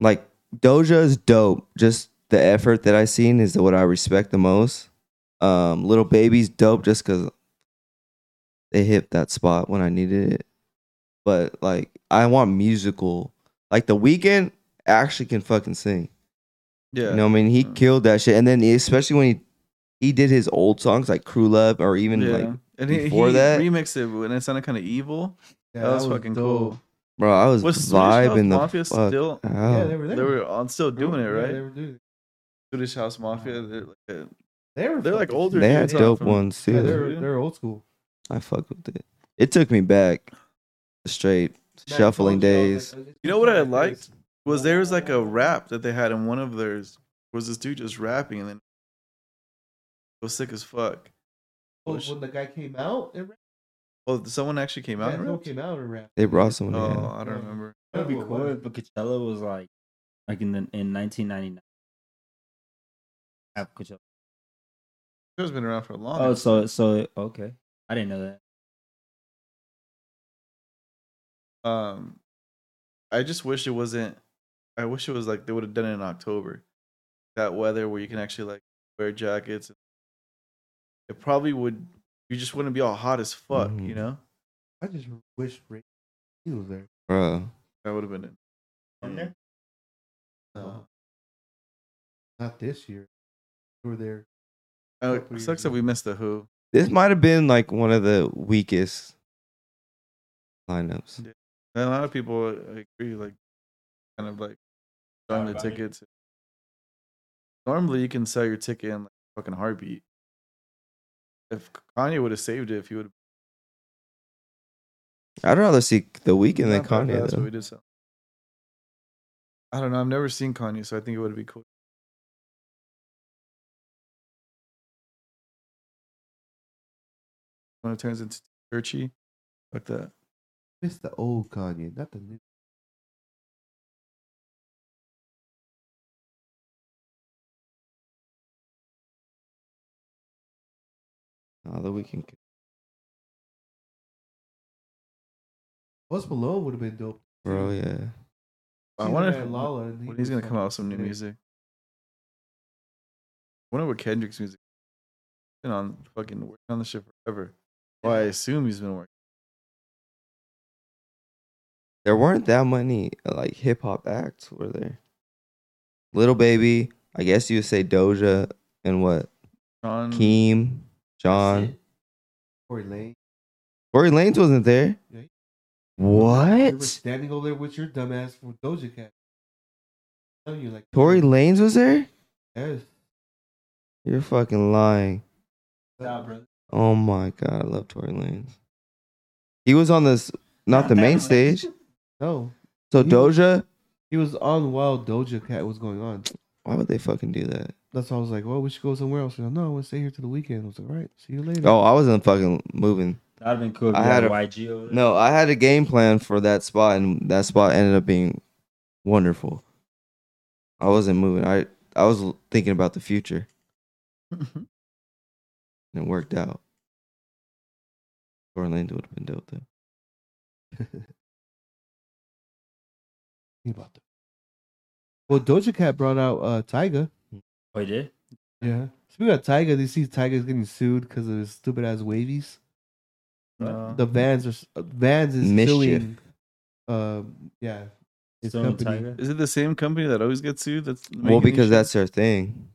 A: like Doja is dope. Just the effort that I seen is what I respect the most. Um, Little Baby's dope just because they hit that spot when I needed it. But like, I want musical. Like the weekend actually can fucking sing.
B: Yeah.
A: You know, what I mean, he
B: Mm.
A: killed that shit, and then especially when he he did his old songs like "Crew Love" or even
B: yeah.
A: like,
B: and he,
A: before
B: he
A: that-
B: remixed it, and it sounded kind of evil.
C: Yeah,
B: that, was, fucking cool.
A: bro, I was,
B: Was
A: vibing
B: Swedish
A: the
B: House Mafia
A: fuck
B: still?
C: Yeah,
A: out.
C: they were there.
B: They were on still doing it,
C: Yeah,
B: right?
C: they were doing it.
B: Swedish House Mafia. They're like, uh,
C: They were
B: They're, like,
C: fucking-
B: older
A: They had
B: dudes on
A: dope
B: from-
A: ones
C: Yeah,
A: too.
C: they were, they were old school.
A: I fucked with it. It took me back, the straight shuffling days.
B: You know what I liked? was there was like a rap that they had in one of theirs was this dude just rapping and then it was sick as fuck.
C: When when the guy came out and rapped,
B: Oh, someone actually came out.
C: Fat
B: and
C: Joe
B: rapped?
C: came out and rapped.
A: They brought someone.
B: Oh,
A: in.
B: I don't remember.
D: that'd be cool if Coachella was like, like in the in 1999. Have Coachella.
B: It's been around for a long.
D: Oh, so so okay. I didn't know that.
B: Um, I just wish it wasn't. I wish it was like they would have done it in October, that weather where you can actually like wear jackets. It probably would. You just wouldn't be all hot as fuck,
A: Mhm.
B: you know.
C: I just wish Ray he was there.
A: bro.
B: That would have been it. there?
C: No. Uh, Not this year. We were there.
B: Oh,
C: Couple
B: it
C: years
B: sucks that
C: ago.
B: we missed the Who.
A: This might have been like one of the weakest lineups.
B: And a lot of people uh, agree, like, kind of like selling their
D: About it.
B: tickets. Normally, you can sell your ticket in like fucking heartbeat. If Kanye would have saved it, if you would,
A: I'd rather see The Weeknd than Kanye
B: That's what
A: though.
B: we did sell. I don't know. I've never seen Kanye, so I think it would be cool. When it turns into churchy, fuck that.
C: It's the old Kanye, not the new.
A: Oh, The Weeknd.
C: Post Malone would have been dope.
A: Bro, yeah.
B: I
C: Seen
B: wonder
C: him
B: if
C: at Lala and he
B: when he's
C: was
B: gonna come out with some new
C: fucking sick.
B: music. wonder what Kendrick's music been on fucking working on the shit forever. Well, I assume he's been working.
A: there weren't that many uh, like hip hop acts, were there? Little Baby, I guess you would say Doja and what?
B: Sean
A: Keem, John.
C: Corey Lane.
A: Tory Lanez wasn't there.
C: Yeah. You were
A: What?
C: standing over there with your dumbass for Doja Cat. I'm telling you, like
A: Tory Lanez was there?
C: Yes.
A: You're fucking lying.
D: Nah, bro.
A: Oh my god, I love Tory Lanez. He was on this not the main stage.
C: No,
A: So
C: He-
A: Doja,
C: he was on while Doja Cat was going on.
A: why would they fucking do that?
C: That's why I was like, well, we should go somewhere else. She's Like, no, I want to stay here till the weekend. I was like, all right, see you later.
A: Oh, I wasn't fucking moving.
D: That'd been cool. If
A: I
D: I
A: had
D: had
A: a-
D: YG over there.
A: No, I had a game plan for that spot, and that spot ended up being wonderful. I wasn't moving. I I was l- thinking about the future, and it worked out. Orlando would have been dope though.
C: Think about that. Well, Doja Cat brought out uh Tyga.
D: Oh, he did.
C: Yeah. Speaking of Tyga, did you see Tyga's getting sued because of his stupid ass wavies?
B: No.
C: The Vans are s- uh, Vans is
A: Mischief.
C: suing. Um, yeah. His
D: Stone
C: company.
D: Tiger.
B: Is it the same company that always gets sued? That's
A: Well,
B: making these
A: because
B: shit?
A: that's their thing.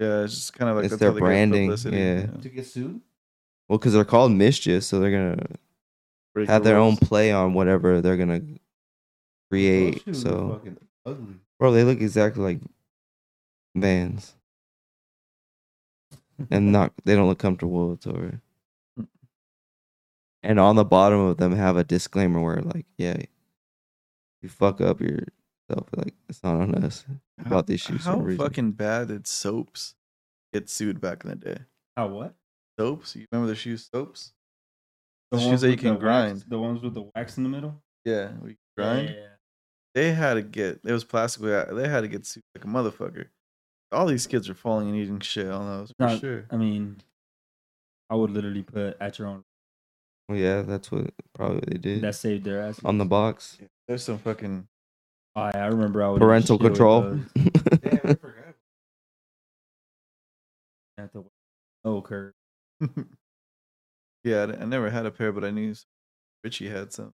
B: yeah, it's just kind of like
A: it's
B: that's
A: their
B: how they get
A: branding,
B: publicity,
A: yeah.
C: To get sued?
A: Well, because they're called mischief, so they're gonna
B: Break
A: have
B: the
A: their own
B: rules.
A: play on whatever they're gonna create.
B: Oh,
C: Those shoes are
A: So,
C: Oh, fucking ugly.
A: bro, they look exactly like Vans. and not they don't look comfortable with over. And on the bottom of them have a disclaimer where like, yeah, you fuck up yourself, like it's not on us. About these shoes for
B: How
A: no reason.
B: fucking bad did soaps get sued back in the day?
D: How Ah, what?
B: Soaps? You remember the shoes soaps? The
D: ones
B: shoes that you
D: with the
B: can
D: wax-
B: grind.
D: the ones with the wax in the middle.
B: Yeah, we grind.
D: Yeah, yeah, yeah.
B: They had to get. It was plastic. but They had to get sued like a motherfucker. All these kids are falling and eating shit on those for
D: No,
B: sure.
D: I mean, I would literally put at your own.
A: Well, yeah, that's what probably what they did
D: That saved their ass.
A: on the box.
B: There's some fucking.
D: I, I remember I would
A: Parental
D: shit with
A: control.
D: those At the oh curve.
B: yeah, I I never had a pair, but I knew Richie had some.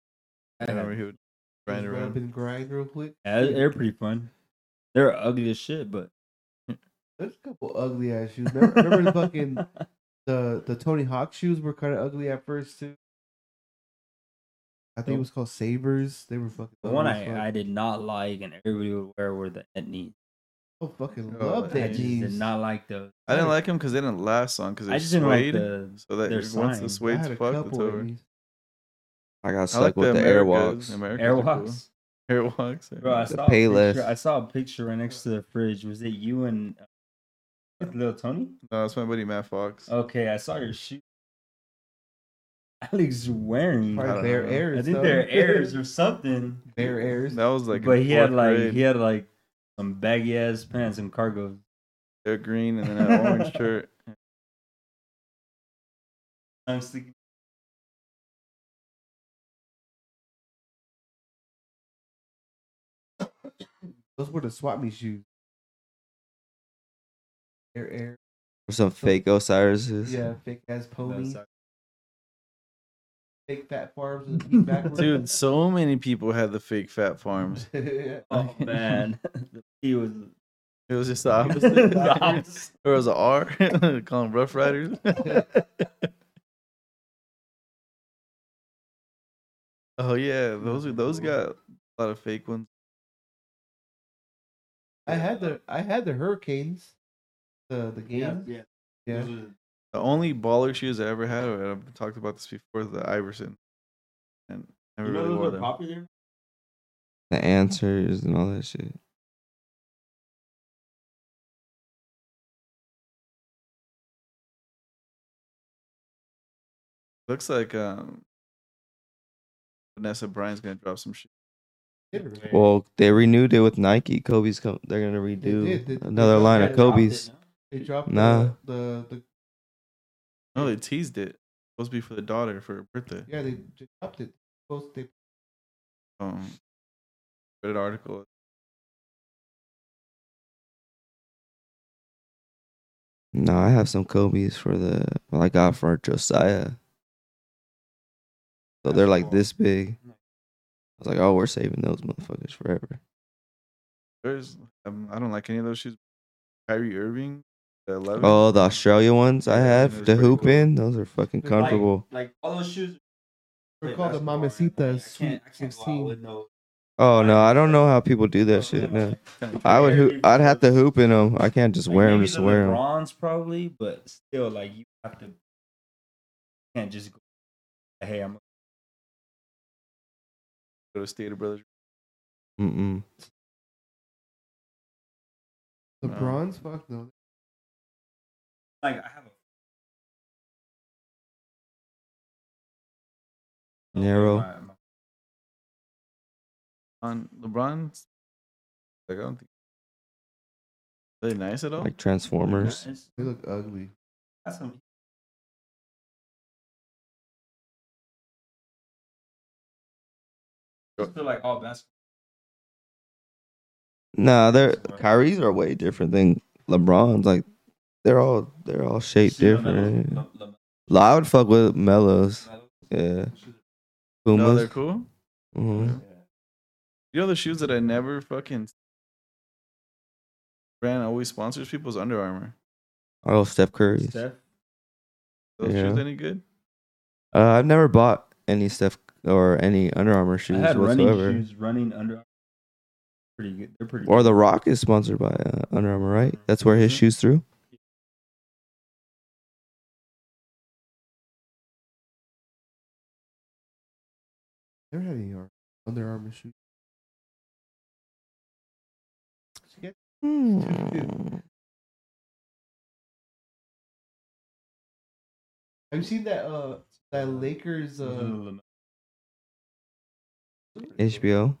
B: I remember he would grind
C: Rub
B: around.
C: and grind real quick.
D: Yeah, they're they're pretty fun. They're ugly as shit, but
C: There's a couple ugly ass shoes. Remember, remember the fucking the the Tony Hawk shoes were kind of ugly at first too. I think it was called Sabers. They were fucking.
D: the one
C: ugly as fuck.
D: I, I did not like and everybody would wear were the etnies.
C: Oh, fucking
B: Oh,
C: love
D: I
C: that
D: just
C: jeans.
D: did not like those.
B: I didn't like them because they didn't last long because
D: I
B: they
D: just didn't like
B: suede.
D: the
B: so that
D: their
B: your- once the
D: sign.
C: I
B: suede's
C: had a
B: fucked, it's
C: couple of
B: over.
C: these.
A: I got
B: I
A: stuck
B: like
A: with the,
B: Americas.
A: airwalks.
B: Americas are cool.
D: Airwalks.
B: Airwalks. Airwalks.
D: Bro, I
A: The
D: saw, a picture,
A: Payless.
D: I saw a picture right next to the fridge. Was it you and uh, little Tony?
B: No, it's my buddy Matt Fox.
D: Okay, I saw your shoe. Alex wearing.
B: I
C: Probably
B: don't
C: bare
B: know.
C: airs.
D: I think
C: though.
D: they're airs or something.
C: Bare airs.
B: That was like, in
D: but he had
B: fourth
D: like
B: grade.
D: he had like some baggy ass pants and cargo.
B: they're green and then an orange shirt.
D: I'm thinking,
C: Those were the swap me shoes. Bare air.
A: Or some fake Osiris's.
C: Yeah, fake ass pony.
D: sorry.
C: Fake fat farms with the backwards.
B: Dude, so many people had the fake fat farms.
D: Oh man, he was
B: It was just the
D: the
B: opposite.
D: opposite.
B: there was an R. Call them Rough Riders. oh yeah, those are those got a lot of fake ones.
C: I had the I had the hurricanes. The the
D: Yeah,
C: game.
D: yeah.
C: Yeah.
D: Those were-
B: The only baller shoes I ever had, and I've talked about this before, the Iverson, and I
D: You
B: never
D: know
B: really
D: those
B: wore
D: were
B: them.
D: popular.
A: The answers and all that shit.
B: Looks like um, Vanessa Bryant's gonna drop some shit.
A: Well, they renewed it with Nike. Kobe's come. They're gonna
C: They
A: redo
C: did. They- they
A: another
C: just
A: line
C: had
A: of
C: it out
A: Kobe's.
C: They dropped
A: Nah.
C: the, the the
B: No, they teased it. supposed to be for the daughter for her birthday.
C: yeah they just dropped it. Post they
B: Um, read an article.
A: No, I have some Kobe's for the. Well, I got for Josiah. So they're like this big. I was like, oh, we're saving those motherfuckers forever.
B: There's, um, I don't like any of those shoes. Kyrie Irving, the 11.
A: Oh, the Australia ones I
B: Yeah,
A: have
B: those
A: to
B: are pretty
A: hoop
B: cool.
A: in. Those are fucking
C: They're like-
A: comfortable.
D: Like, like all those shoes.
C: They're
D: Play
C: called the
D: basketball, right?
C: Mamacita
D: Like, I
C: Sweet
D: can't- I can't go out
C: 16.
D: with no-
A: Oh no, I don't know how people do that shit. No, I would. Hoop, I'd have to hoop in them. I can't just
D: Like,
A: wear them.
D: maybe
A: Just
D: the
A: wear them.
D: LeBrons probably, but still, like you have to. Can't just go. Hey, I'm.
B: Go to Stater Brothers.
A: Mm-mm.
C: the
B: Wow.
C: bronze fuck no.
D: Like I have a
A: Narrow.
D: My- my-
B: On LeBron's, like I don't think are they nice at all.
A: Like Transformers.
D: it's-
C: They look ugly.
D: that's some- I just feel like all basketball.
A: Nah, they're Kyrie's are way different than LeBron's. Like they're all they're all shaped
D: See, LaMelo-
A: different.
D: La- La-
A: Well, I would fuck with Mellows.
D: LaMelo-
A: Yeah,
B: no, they're
A: Pumas.
B: cool.
A: Mhm.
B: You know the shoes that I never fucking brand always sponsors people's Under Armour.
A: Oh, Steph Curry's.
D: Steph.
B: Are Those shoes
A: Yeah.
B: any good?
A: Uh, I've never bought any Steph or any Under Armour
D: I
A: shoes
D: had running
A: whatsoever.
D: shoes running under. Pretty good. They're pretty.
A: Or The Rock is sponsored by uh, Under Armour, right? That's where his
B: Mhm.
A: shoes through.
C: Never had any Ar- Under Armour shoes. She got- Have you seen that uh that Lakers
D: Mm-hmm.
C: uh
B: Mm-hmm.
A: HBO.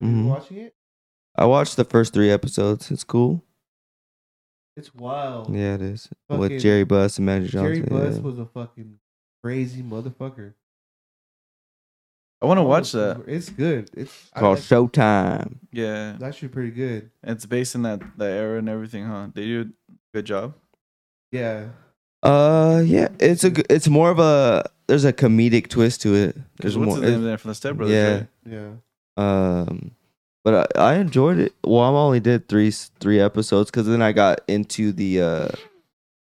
C: you
A: Mhm.
C: watching it?
A: I watched the first three episodes. It's cool.
C: It's wild.
A: Yeah, it is.
C: Oh. Fucking
A: With Jerry Buss and Magic Johnson.
C: Jerry Buss
A: yeah.
C: was a fucking crazy motherfucker.
B: I want to watch that.
C: It's good. It's I
A: called
C: like-
A: Showtime.
B: Yeah,
C: It's actually pretty good.
B: it's based in that that era and everything, huh? They do a good job.
C: Yeah.
A: Uh, yeah, it's a g- it's more of a there's a comedic twist to it. There's
B: Because what's
A: more.
B: his name there from the Step Brothers?
A: yeah.
B: right?
C: Yeah.
A: Um, but I, I enjoyed it. Well, I only did three s- three episodes because then I got into the uh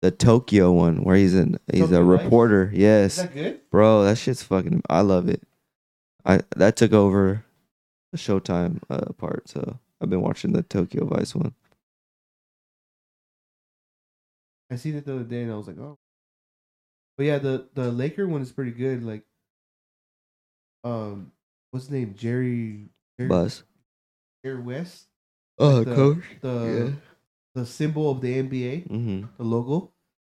A: the Tokyo one where he's an he's
C: Tokyo
A: a
C: Vice?
A: reporter.
C: Is
A: Yes,
C: that good?
A: bro, that shit's fucking. I love it. I that took over the Showtime uh, part, so I've been watching the Tokyo Vice one.
C: I seen it the other day and I was like, oh. But yeah, the the Laker one is pretty good. Like, um, what's his name? Jerry Jerry,
A: Buzz.
C: Jerry West.
A: Oh,
C: the- The the symbol of the NBA,
A: Mm-hmm.
C: the logo.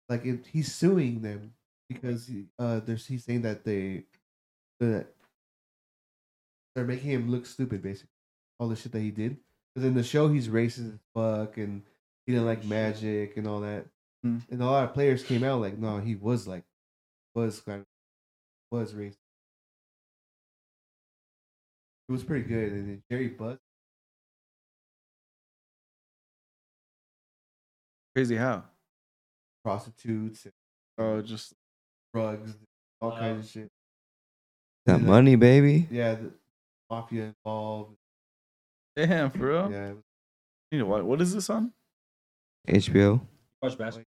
C: Like, it, he's suing them because he, uh, there's he's saying that they that they're making him look stupid, basically. All the shit that he did. Because in the show, he's racist as fuck and he didn't like magic and all that.
B: Hmm.
C: And a lot of players came out like, no, he was like, was kind of, was racist. It was pretty good. And then Jerry Butt,
B: Crazy how?
C: prostitutes, and
B: Oh, just
C: drugs, all kinds of shit. uh,
A: That money, baby.
C: Yeah, the mafia involved.
B: damn, for real.
C: Yeah,
B: You know what? What is this on?
A: HBO.
D: Watch basketball.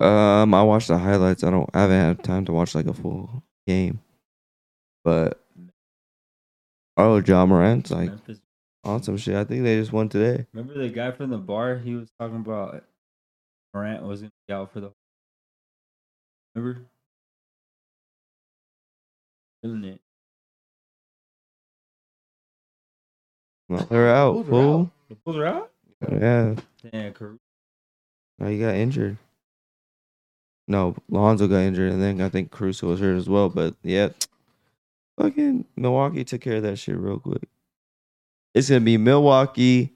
A: Um, I watched the highlights. I don't. I haven't had time to watch like a full game, but oh, John Morant's like
D: Memphis.
A: on some shit. I think they just won today.
D: Remember the guy from the bar? He was talking about Morant was gonna be out for the. Remember? Feeling it.
A: No, They're out,
C: They're out.
A: fool.
D: The Bulls are out.
A: Yeah,
D: Damn, Caruso.
A: no, Oh, he got injured. No, Lonzo got injured, and then I think Caruso was hurt as well. But yeah, fucking Milwaukee took care of that shit real quick. It's gonna be Milwaukee.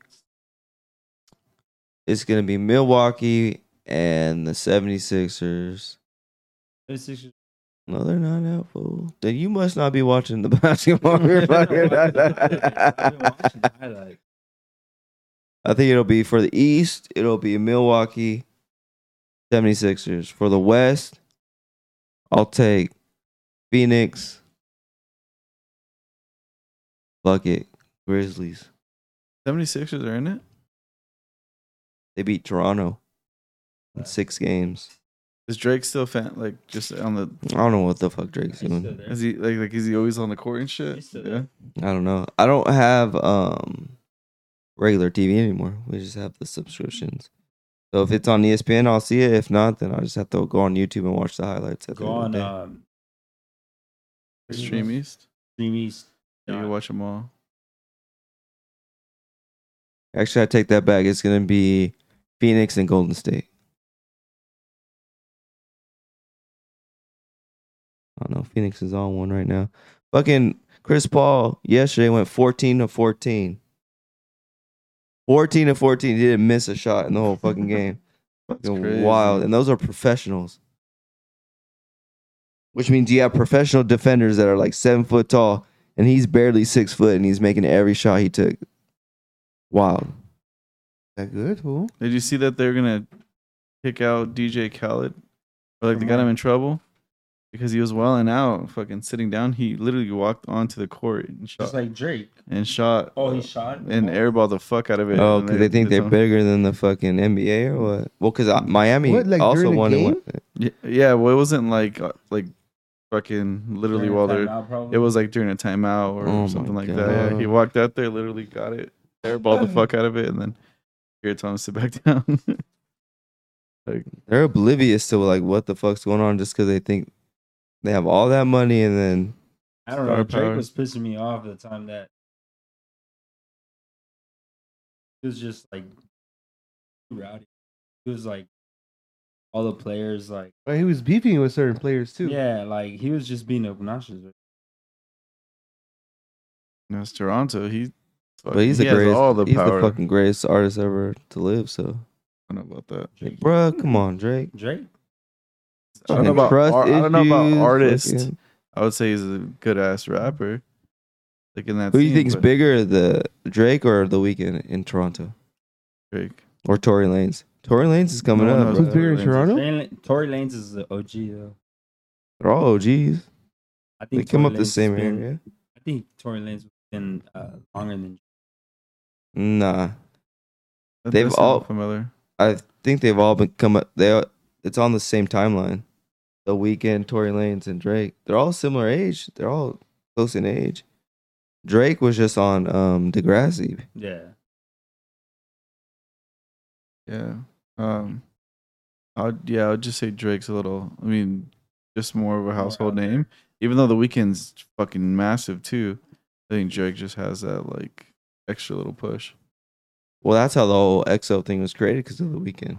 A: It's gonna be Milwaukee and the 76ers.
D: 76
A: No, they're not out, fool. Then you must not be watching the basketball. You're fucking-
D: highlights.
A: I think it'll be for the East, it'll be Milwaukee 76ers. For the West, I'll take Phoenix. Fuck it. Grizzlies.
B: 76ers are in it.
A: They beat Toronto in six games.
B: Is Drake still fan? Like just on the?
A: I don't know what the fuck Drake's
D: He's still
A: doing.
D: there.
B: Is he like like is he always on the court and shit?
D: He's still
B: Yeah.
D: there.
A: I don't know. I don't have um regular TV anymore. We just have the subscriptions. So if it's on E ESPN, I'll see it. If not, then I'll just have to go on YouTube and watch the highlights. at the
D: Go
A: end of
D: on
A: the day.
D: um,
B: Stream East.
D: Stream East.
B: You can
D: Yeah.
B: watch them all.
A: Actually, I take that back. It's gonna be Phoenix and Golden State. I don't know. Phoenix is on one right now. Fucking Chris Paul yesterday went 14 to 14. 14 to 14. He didn't miss a shot in the whole fucking game.
B: That's
A: Fucking
B: crazy.
A: wild. And those are professionals. Which means you have professional defenders that are like seven foot tall, and he's barely six foot, and he's making every shot he took. Wild.
C: that good, fool.
B: Did you see that they're gonna kick out DJ Khaled? Or like they
D: Come
B: got
D: on.
B: him in trouble because he was welling out, fucking sitting down. He literally walked onto the court and shot
D: Just like Drake.
B: and shot.
D: Oh, he shot.
B: and airball the fuck out of it.
A: Oh,
B: And
A: because they think they're
B: did
A: bigger than the fucking NBA or what? Well, because Miami
C: What, like,
A: also
C: during the
A: won. and won.
B: some- Yeah, yeah, well, it wasn't like uh, like fucking literally while they're. It was like during a timeout or
A: Oh my
B: something like that. Yeah,
C: God.
B: he walked out there, literally got it, airballed the fuck out of it, and then here Tom sit back down.
A: They're oblivious to like what the fuck's going on just because they think They have all that money and then
D: I don't
B: Star
D: know. Drake
B: power.
D: was pissing me off at the time that he was just like too rowdy. He was like all the players like
C: Right, he was beefing with certain players too.
D: yeah, like he was just being obnoxious. with-
B: No, it's Toronto. He,
A: but he's the
B: he has
A: greatest
B: all the
A: he's
B: power.
A: the fucking greatest artist ever to live, so
B: I don't know about that.
A: like, bruh, come on, Drake.
D: Drake.
B: Hmm. I don't know
A: Fucking
B: about.
A: trust
B: ar- I don't know
A: issues,
B: about artists.
A: fucking-
B: I would say he's a good ass rapper. Like in that.
A: Who do you
B: scene,
A: think's
B: but
A: bigger, the Drake or the Weeknd in Toronto
B: Drake.
A: or Tory Lanez? Tory Lanez is coming
B: No one
A: up.
B: knows
A: Bro.
C: Who's bigger in
B: Lanez is-
C: Toronto?
D: Tory Lan- Tory Lanez is the OG though.
A: They're all OGs.
D: I think
A: They come
D: Tory
A: up
D: Lanez
A: the
D: has
A: same
D: been-
A: area.
D: I think Tory Lanez has been uh, longer than
A: Nah,
B: That
A: They've
B: does sound
A: all-
B: familiar.
A: I think they've all been come up. They all- it's on the same timeline. The Weeknd, Tory Lanez, and Drake. They're all similar age. They're all close in age. Drake was just on um Degrassi.
D: yeah.
B: Yeah. Um. I'd yeah. I'd just say Drake's a little. I mean, just more of a household
D: out there.
B: name. Even though the weekend's fucking massive too, I think Drake just has that like extra little push.
A: Well, that's how the whole EXO thing was created because of the Weeknd. And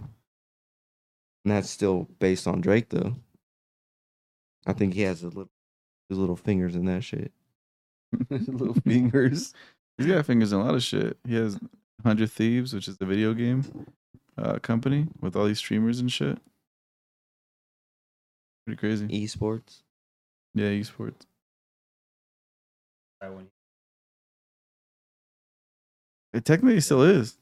A: that's still based on Drake though. I think he has a little his little fingers in that shit.
C: Little fingers.
B: He's got fingers in a lot of shit. He has Hundred Thieves, which is the video game uh, company with all these streamers and shit. Pretty crazy.
A: E Esports.
B: Yeah, esports.
D: That one.
B: It technically still is.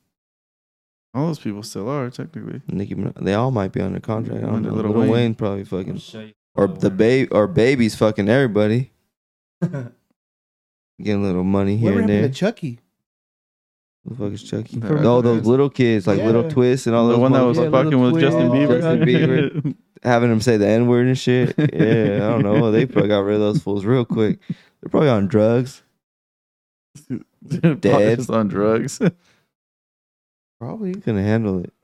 B: All those people still are technically.
A: Nicki Minaj. They all might be under contract. I don't
B: Under
A: know.
B: Lil
A: Little Wayne.
B: Wayne. Oh,
A: probably
D: I'm gonna
A: fucking
D: show you.
A: or the baby or baby's fucking everybody. Getting a little money
C: What
A: here and
C: happened
A: there.
C: to Chucky?
A: The fuck is Chucky?
B: They're
A: All
B: after
A: those
B: this.
A: little kids, like little
C: Yeah.
A: twists and all
B: the
A: those
B: one that was
A: ones
C: yeah, little
B: fucking with Justin
A: twins,
B: Bieber.
A: Justin Bieber. having them say the N word and shit. Yeah, I don't know. They probably got rid of those fools real quick. They're probably on drugs.
B: Dude,
A: Dead.
B: Paul's on drugs.
C: Probably.
A: Couldn't handle it.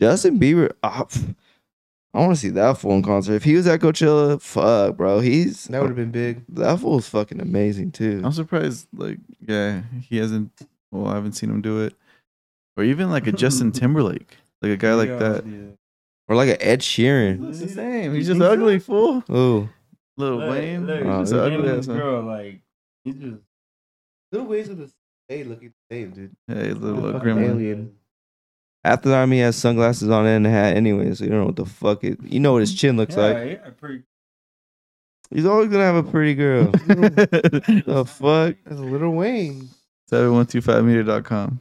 A: Justin Bieber, ah, pff, I want to see that fool in concert. If he was at Coachella, fuck, bro, he's
C: That would have been big.
A: that fool's fucking amazing too.
B: I'm surprised. Like, yeah, he hasn't. Well, I haven't seen him do it, or even like a Justin Timberlake, like a guy like that.
A: Or like an Ed Sheeran.
B: Looks the
D: Look,
B: same.
D: you
B: He's just
D: think so?
B: ugly fool.
A: Ooh,
B: Little
D: Look,
B: Wayne.
D: look,
A: Oh,
B: he's just
D: he's
A: this
B: an
D: a
B: ugly
D: gambling
B: ass. man.
D: girl. Like he's just
C: Little ways of the same looking the same, dude.
B: Hey, little uh,
C: Fucking
B: gremlin.
C: alien.
A: after that, he has sunglasses on and a hat anyway, so you don't know what the fuck it. You know what his chin looks
D: yeah,
A: like.
D: yeah, pretty.
A: He's always gonna have a pretty girl. the fuck?
C: That's a little Wayne.
B: Seven one two five meter.com.